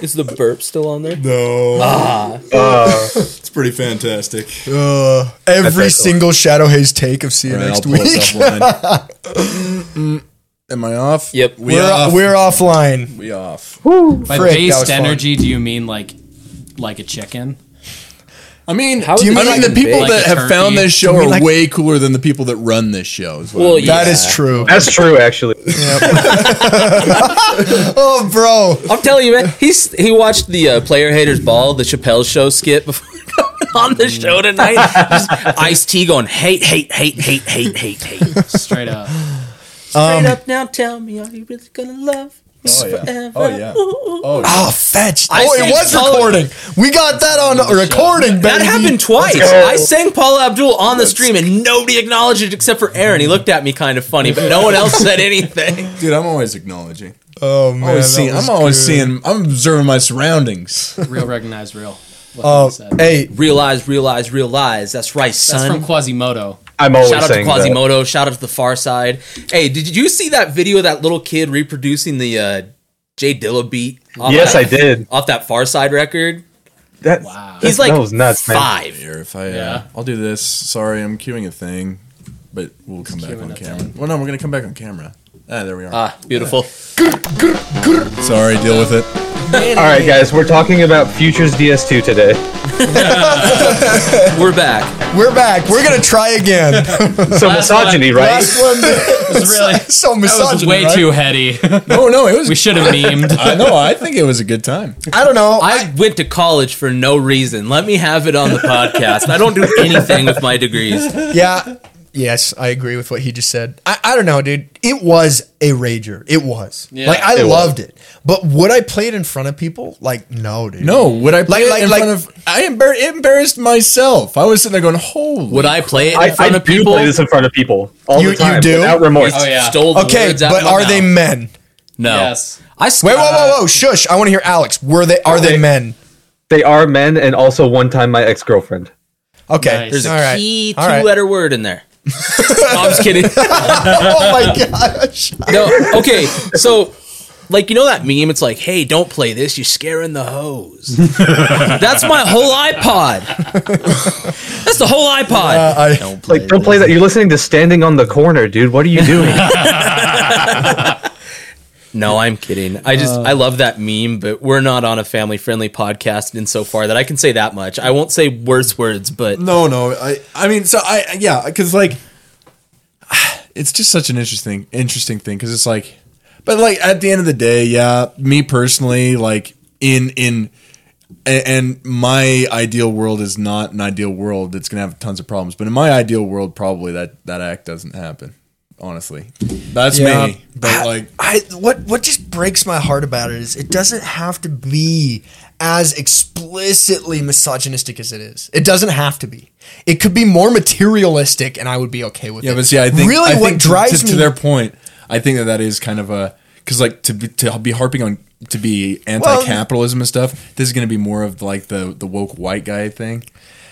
S2: Is the burp still on there?
S5: No.
S4: It's pretty fantastic.
S5: Uh, every
S6: That's
S5: single Shadow Haze take of see you
S4: All oh. right, I'll
S5: next
S4: pull us
S5: week.
S4: offline. Mm, mm. Am I off?
S2: Yep.
S4: We
S5: We're,
S4: off.
S5: we're offline.
S4: we off.
S3: By
S5: Frick, that was
S3: waste
S5: fun.
S3: energy, do you mean like like a chicken?
S4: I mean,
S2: How
S4: do
S2: is
S4: you
S2: it
S4: mean
S2: like
S4: the people
S2: big?
S4: that
S3: Like a
S4: have
S3: turkey?
S4: found this show
S5: Do you mean
S4: are
S5: like-
S4: way cooler than the people that run this show? is what I
S2: Well,
S4: mean.
S2: yeah.
S5: That is true.
S6: That's true, actually.
S5: Oh, bro.
S2: I'm telling you, man. He's he watched the uh, Player Haters Ball, the Chappelle Show skit before coming on the show tonight. Just iced tea going hate, hate, hate, hate, hate, hate, hate.
S3: Straight up.
S5: Um,
S2: Straight up now, tell me, are you really gonna love?
S4: Oh yeah. Oh yeah. Oh, yeah.
S5: Oh, fetch.
S2: I
S5: oh,
S2: sang
S5: it was
S2: Paula-
S5: recording. We got that on recording, baby.
S2: That happened twice. I sang Paula Abdul on the stream, and nobody acknowledged it except for Aaron. He looked at me kind of funny, but no one else said anything.
S4: Oh, dude, I'm always acknowledging.
S5: Oh, man.
S4: I'm always
S5: that
S4: seeing.
S5: was
S4: I'm always
S5: good.
S4: seeing. I'm observing my surroundings.
S3: Real recognize real. What
S5: Oh,
S3: they said.
S5: hey,
S2: Realize, realize, realize. That's right,
S3: That's
S2: son.
S3: from Quasimodo.
S6: I'm always
S2: Shout out to
S6: saying that.
S2: Quasimodo. Shout out to the Far Side. Hey, did you see that video of that little kid reproducing the uh, Jay Dilla beat? Off
S6: Yes,
S2: that-
S6: I did.
S2: Off that Far Side record.
S6: That,
S3: Wow.
S2: He's like
S6: that was nuts, man.
S2: five.
S4: Here, if I,
S3: Yeah.
S4: uh, I'll do this. Sorry, I'm queuing a thing, but we'll come back
S3: queuing
S4: on
S3: a
S4: camera.
S3: thing.
S4: Well, no, we're gonna come back on camera. Ah, there we are.
S2: Ah, beautiful.
S4: Sorry, deal with it.
S6: All right, guys, we're talking about Futures DS2 today.
S2: We're back.
S5: we're back. We're going to try again.
S6: So
S3: Last
S6: misogyny, right?
S5: Last one.
S3: It's really
S5: so
S3: that was
S5: misogyny,
S3: way
S5: right?
S3: too heady.
S4: No, no, it was.
S3: we should have memed.
S4: I know. I think it was a good time.
S5: I don't know.
S2: I went to college for no reason. Let me have it on the podcast. I don't do anything with my degrees.
S5: yeah. Yes, I agree with what he just said. I, I don't know, dude. It was a rager. It was. like I
S6: it was.
S5: loved it. But would I play it in front of people? Like no, dude.
S4: No, would I play
S5: Like-
S4: it
S5: like-
S4: in
S5: like-
S4: front of? I embar- embarrassed myself. I was sitting there going, "Holy!"
S2: Would I play it in
S6: I,
S2: front
S6: I
S2: of
S6: do
S2: people?
S6: play this in front of people all
S5: You- you
S6: the time
S5: do?
S6: without remorse.
S2: I
S3: Oh, yeah.
S2: Stole the
S5: Okay,
S2: words out
S5: but
S2: of my
S5: are they
S2: mouth. Uh,
S5: men?
S2: No.
S3: Yes.
S2: I s-
S5: Wait, whoa, whoa, whoa, shush! I want to hear Alex. Were they? Are they
S6: wait.
S5: men?
S6: They are men, and also one time my ex girlfriend.
S5: Okay,
S3: Nice.
S2: There's a
S5: all right.
S2: key
S5: All right.
S2: two-letter word in there. no, I'm just kidding.
S5: Oh my gosh!
S2: No, okay. So, like, you know that meme? It's like, hey, don't play this. You're scaring the hoes. That's my whole iPod. That's the whole
S5: Uh,
S2: iPod.
S5: I,
S6: Like, don't play that. You're listening to Standing on the Corner, dude. What are you doing?
S2: No, I'm kidding. I
S5: uh,
S2: just, I love that meme, but we're not on a family friendly podcast insofar that I can say that much. I won't say worse words, but
S4: No, no. I, I mean, so I, yeah, because like, it's just such an interesting, interesting thing. Because it's like, but like at the end of the day, yeah, me personally, like in in, a- and my ideal world is not an ideal world that's gonna have tons of problems. But in my ideal world, probably that that act doesn't happen. Honestly, that's
S5: Yeah.
S4: me. But like,
S5: I what what just breaks my heart about it is it doesn't have to be as explicitly misogynistic as it is. It doesn't have to be. It could be more materialistic, and I would be okay with it.
S4: Yeah, but see, I think
S5: really
S4: I
S5: what
S4: think to-
S5: drives
S4: to,
S5: me
S4: to their point. I think that that is kind of a because like to be, to be harping on to be anti-capitalism and stuff. This is going to be more of like the the woke white guy thing,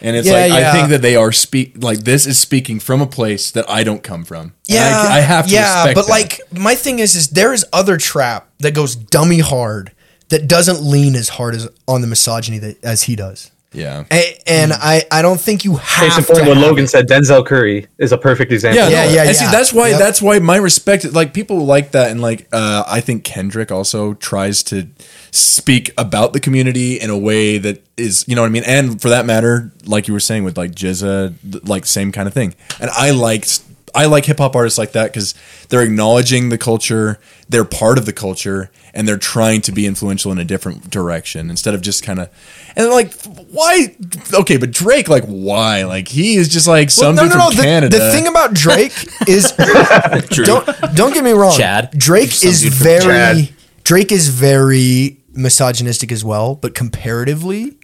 S4: and it's
S5: Yeah,
S4: like
S5: yeah.
S4: I think that they are speak like this is speaking from a place that I don't come from. And
S5: Yeah,
S4: I, I have to.
S5: Yeah,
S4: respect
S5: but
S4: that.
S5: like my thing is, is there is other trap that goes dummy hard that doesn't lean as hard as on the misogyny that as he does.
S4: yeah,
S5: A- and
S4: Hmm.
S5: I, I don't think you
S6: Case in
S5: have to.
S6: point, when
S5: have
S6: Logan
S5: it.
S6: said Denzel Curry is a perfect example.
S4: yeah,
S5: Yeah,
S4: no,
S5: yeah,
S4: and
S5: yeah.
S4: See, that's why
S5: Yep.
S4: that's why my respect. Like people like that, and like uh, I think Kendrick also tries to speak about the community in a way that is, you know what I mean. And for that matter, like you were saying with like Jizza, th- like same kind of thing. And I liked. I like hip hop artists like that because they're acknowledging the culture, they're part of the culture, and they're trying to be influential in a different direction instead of just kind of. And like, why? Okay, but Drake, like, why? Like, he is just like some dude from
S5: the,
S4: Canada.
S5: the thing about Drake is
S2: Drew,
S5: don't don't get me wrong.
S2: Chad.
S5: Drake is
S2: dude from
S5: very
S6: Chad.
S5: Drake is very misogynistic as well, but comparatively,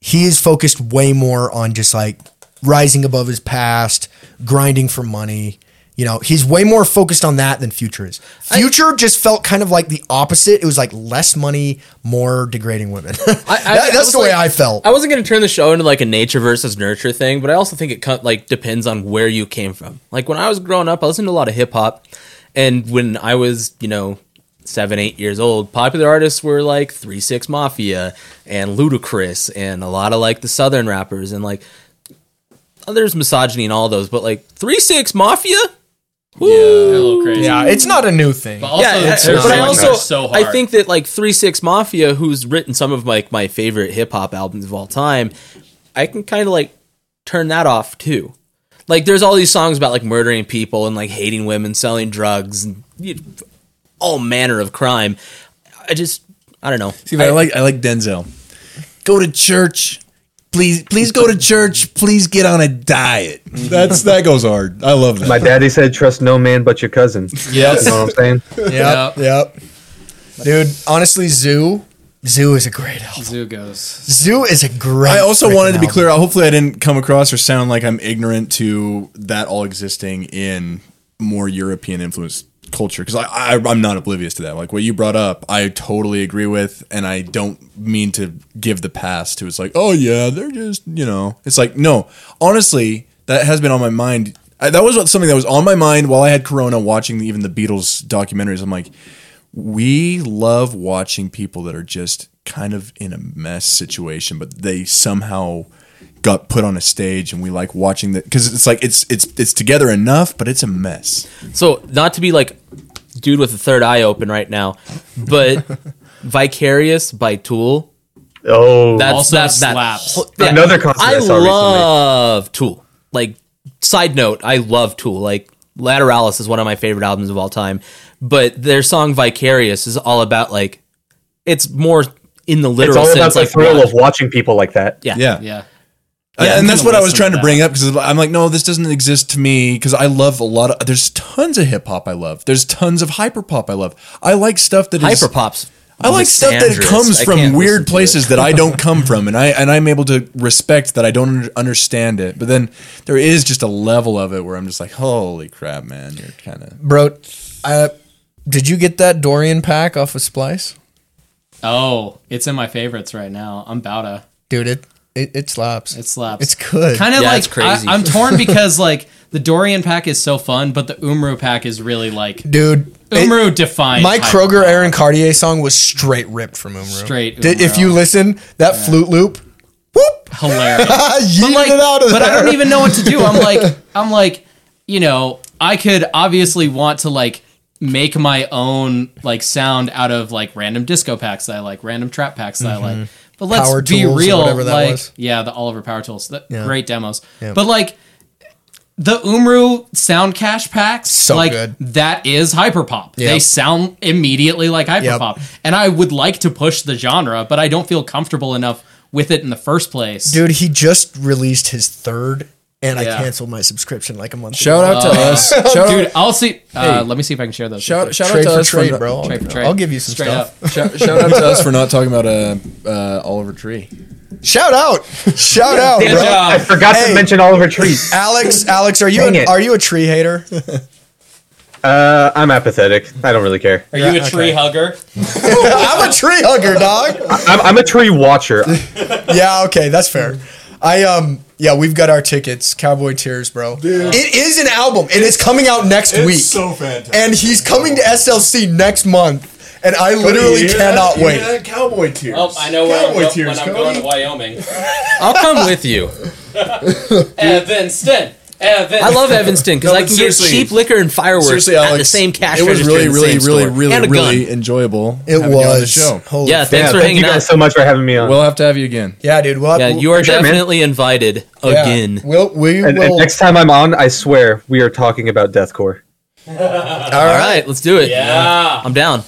S5: he is focused way more on just like rising above his past, grinding for money.
S7: You know, he's way more focused on that than Future is. Future just felt kind of like the opposite. It was like less money, more degrading women. That- that's
S2: was
S7: the way
S2: like-
S7: I felt.
S2: I wasn't going to turn the show into like a nature versus nurture thing, but I also think it cut, like depends on where you came from. Like when I was growing up, I listened to a lot of hip hop, and when I was you know seven, eight years old, popular artists were like Three Six Mafia and Ludacris, and a lot of like the Southern rappers, and like there's misogyny and all those, but like Three Six Mafia.
S3: a little crazy.
S5: Yeah, it's not a new thing.
S3: But also, it's
S2: yeah, but I
S3: so
S2: also
S3: much so hard.
S2: I think that like Three Six Mafia, who's written some of like my favorite hip hop albums of all time, I can kind of like turn that off too. Like there's all these songs about like murdering people and like hating women, selling drugs, and you all manner of crime. I just I don't know.
S4: See, but I, like I like Denzel. Go to church, please. Please go to church. Please get on a diet. That's that goes hard. I love that.
S6: My daddy said, "Trust no man but your cousin."
S3: Yes.
S6: you know what I'm saying.
S7: Yep, yep. Dude, honestly, Zoo, Zoo is a great album.
S3: Zoo goes.
S7: Zoo is a great.
S4: I also
S7: freaking
S4: wanted to be
S7: album.
S4: clear. Hopefully, I didn't come across or sound like I'm ignorant to that all existing in more European influenced culture because I, I I'm not oblivious to that. Like what you brought up, I totally agree with, and I don't mean to give the pass to. It's like, oh yeah, they're just you know. It's like no, honestly, that has been on my mind. I, that was what, something that was on my mind while I had Corona watching even the Beatles documentaries. I'm like, we love watching people that are just kind of in a mess situation, but they somehow got put on a stage, and we like watching that because it's like it's it's it's together enough, but it's a mess.
S2: So not to be like dude with the third eye open right now, but Vicarious by Tool.
S6: Oh,
S2: That's
S3: Also
S2: that, that
S3: slaps.
S2: whole-
S6: Another concert I
S2: I
S6: saw recently.
S2: love Tool. Like side note, I love Tool. Like Lateralis is one of my favorite albums of all time, but their song Vicarious is all about like it's more in the
S6: it's
S2: literal
S6: all about
S2: sense
S6: the
S2: like
S6: thrill
S2: watch-
S6: of watching people like that.
S2: Yeah.
S3: Yeah.
S4: And-
S3: I'm
S4: and that's
S3: gonna
S4: what I was
S3: listen to
S4: trying to
S3: that.
S4: bring up because I'm like, no, this doesn't exist to me because I love a lot of. There's tons of hip hop I love. There's tons of hyper pop I love. I like stuff that is
S2: hyperpops.
S4: I like stuff that
S2: Lysandrous.
S4: comes
S2: I
S4: from
S2: can't
S4: weird
S2: listen to
S4: places
S2: it.
S4: that I don't come from, and I and I'm able to respect that I don't under- understand it. But then there is just a level of it where I'm just like, holy crap, man, you're kind of
S5: Bro, uh, did you get that Dorian pack off of Splice?
S3: Oh, it's in my favorites right now. I'm about to.
S5: Dude, it, it, it slaps.
S3: It slaps.
S5: It's good.
S3: Kind of
S2: Yeah,
S3: like
S2: it's crazy.
S3: I, am torn because like the Dorian pack is so fun, but the Umru pack is really like
S5: Dude, it-
S3: Umru defined.
S5: my
S3: hyper-
S5: Kroger Aaron Cartier song was straight ripped from Umru.
S3: Straight
S5: Did- if
S3: Umru.
S5: you listen, that flute loop, whoop,
S3: hilarious.
S5: I yeeted
S3: but like,
S5: it out of
S3: but
S5: there.
S3: I don't even know what to do. I'm like, I'm like, you know, I could obviously want to like make my own like sound out of like random disco packs that I like, random trap packs that I like. But let's
S5: Mm-hmm. Power
S3: be
S5: Tools or
S3: real,
S5: whatever that
S3: like
S5: was.
S3: yeah, the Oliver Power Tools, the, great demos.
S5: Yeah.
S3: But like the Umru sound cache packs,
S5: So
S3: like
S5: good.
S3: that is hyperpop. They
S5: Yep.
S3: sound immediately like hyperpop, and I would like to push the genre, but I don't feel comfortable enough with it in the first place.
S7: Dude, he just released his third, and
S3: Yeah.
S7: I canceled my subscription like a month
S4: shout
S7: ago.
S4: out to us, shout
S3: Dude,
S4: out,
S3: I'll see. Uh, let me see if I can share those. real
S4: shout,
S3: quick.
S4: shout out
S5: Trade
S4: to
S5: for
S4: us
S5: trade,
S4: for,
S5: bro.
S3: Trade for trade.
S5: I'll give you some
S3: Straight
S5: stuff.
S3: up.
S4: Shout, shout out to us for not talking about uh, uh, Oliver Tree.
S5: Shout out.
S7: Shout out,
S3: Good
S7: bro.
S3: job.
S6: I forgot
S5: Hey.
S6: to mention Oliver Tree.
S5: Alex, Alex, are you
S6: Dang
S5: an,
S6: it.
S5: are you a tree hater?
S6: Uh, I'm apathetic. I don't really care.
S3: Are you a tree hugger?
S5: I'm a tree hugger, dog.
S6: I'm, I'm a tree watcher.
S5: yeah, okay, that's fair. I um yeah, we've got our tickets, Cowboy Tears, bro. It is an album and it's coming out next week.
S4: fantastic.
S5: and he's coming to SLC next month, and I literally cannot wait.
S4: Cowboy tears.
S3: Oh, I know where I'm,
S4: Cowboy
S3: go-
S4: tears,
S3: when I'm
S4: Cody.
S3: going to Wyoming.
S2: I'll come with you.
S3: Evanston. Evanston.
S2: I love Evanston because
S4: No,
S2: I
S4: but
S2: can get
S4: seriously-
S2: cheap liquor and fireworks
S4: Seriously,
S2: at
S4: Alex,
S2: the same cash
S4: It was
S2: register
S4: really,
S2: in the
S4: really,
S2: same
S4: really,
S2: store.
S4: really,
S2: and a gun.
S4: really enjoyable.
S5: It
S4: having you on the
S5: was.
S4: show.
S5: Holy
S2: yeah,
S5: f-
S2: thanks for
S6: Thank you
S2: hanging
S6: guys
S2: out.
S6: so much for having me on.
S4: We'll have to have you again.
S5: yeah, dude. We'll have,
S2: yeah, you are
S6: sure, man.
S2: definitely invited
S5: yeah,
S2: again.
S5: We'll, we
S6: and, and
S5: will.
S6: next time I'm on, I swear we are talking about deathcore.
S2: All right, let's do it.
S3: Yeah.
S2: I'm down.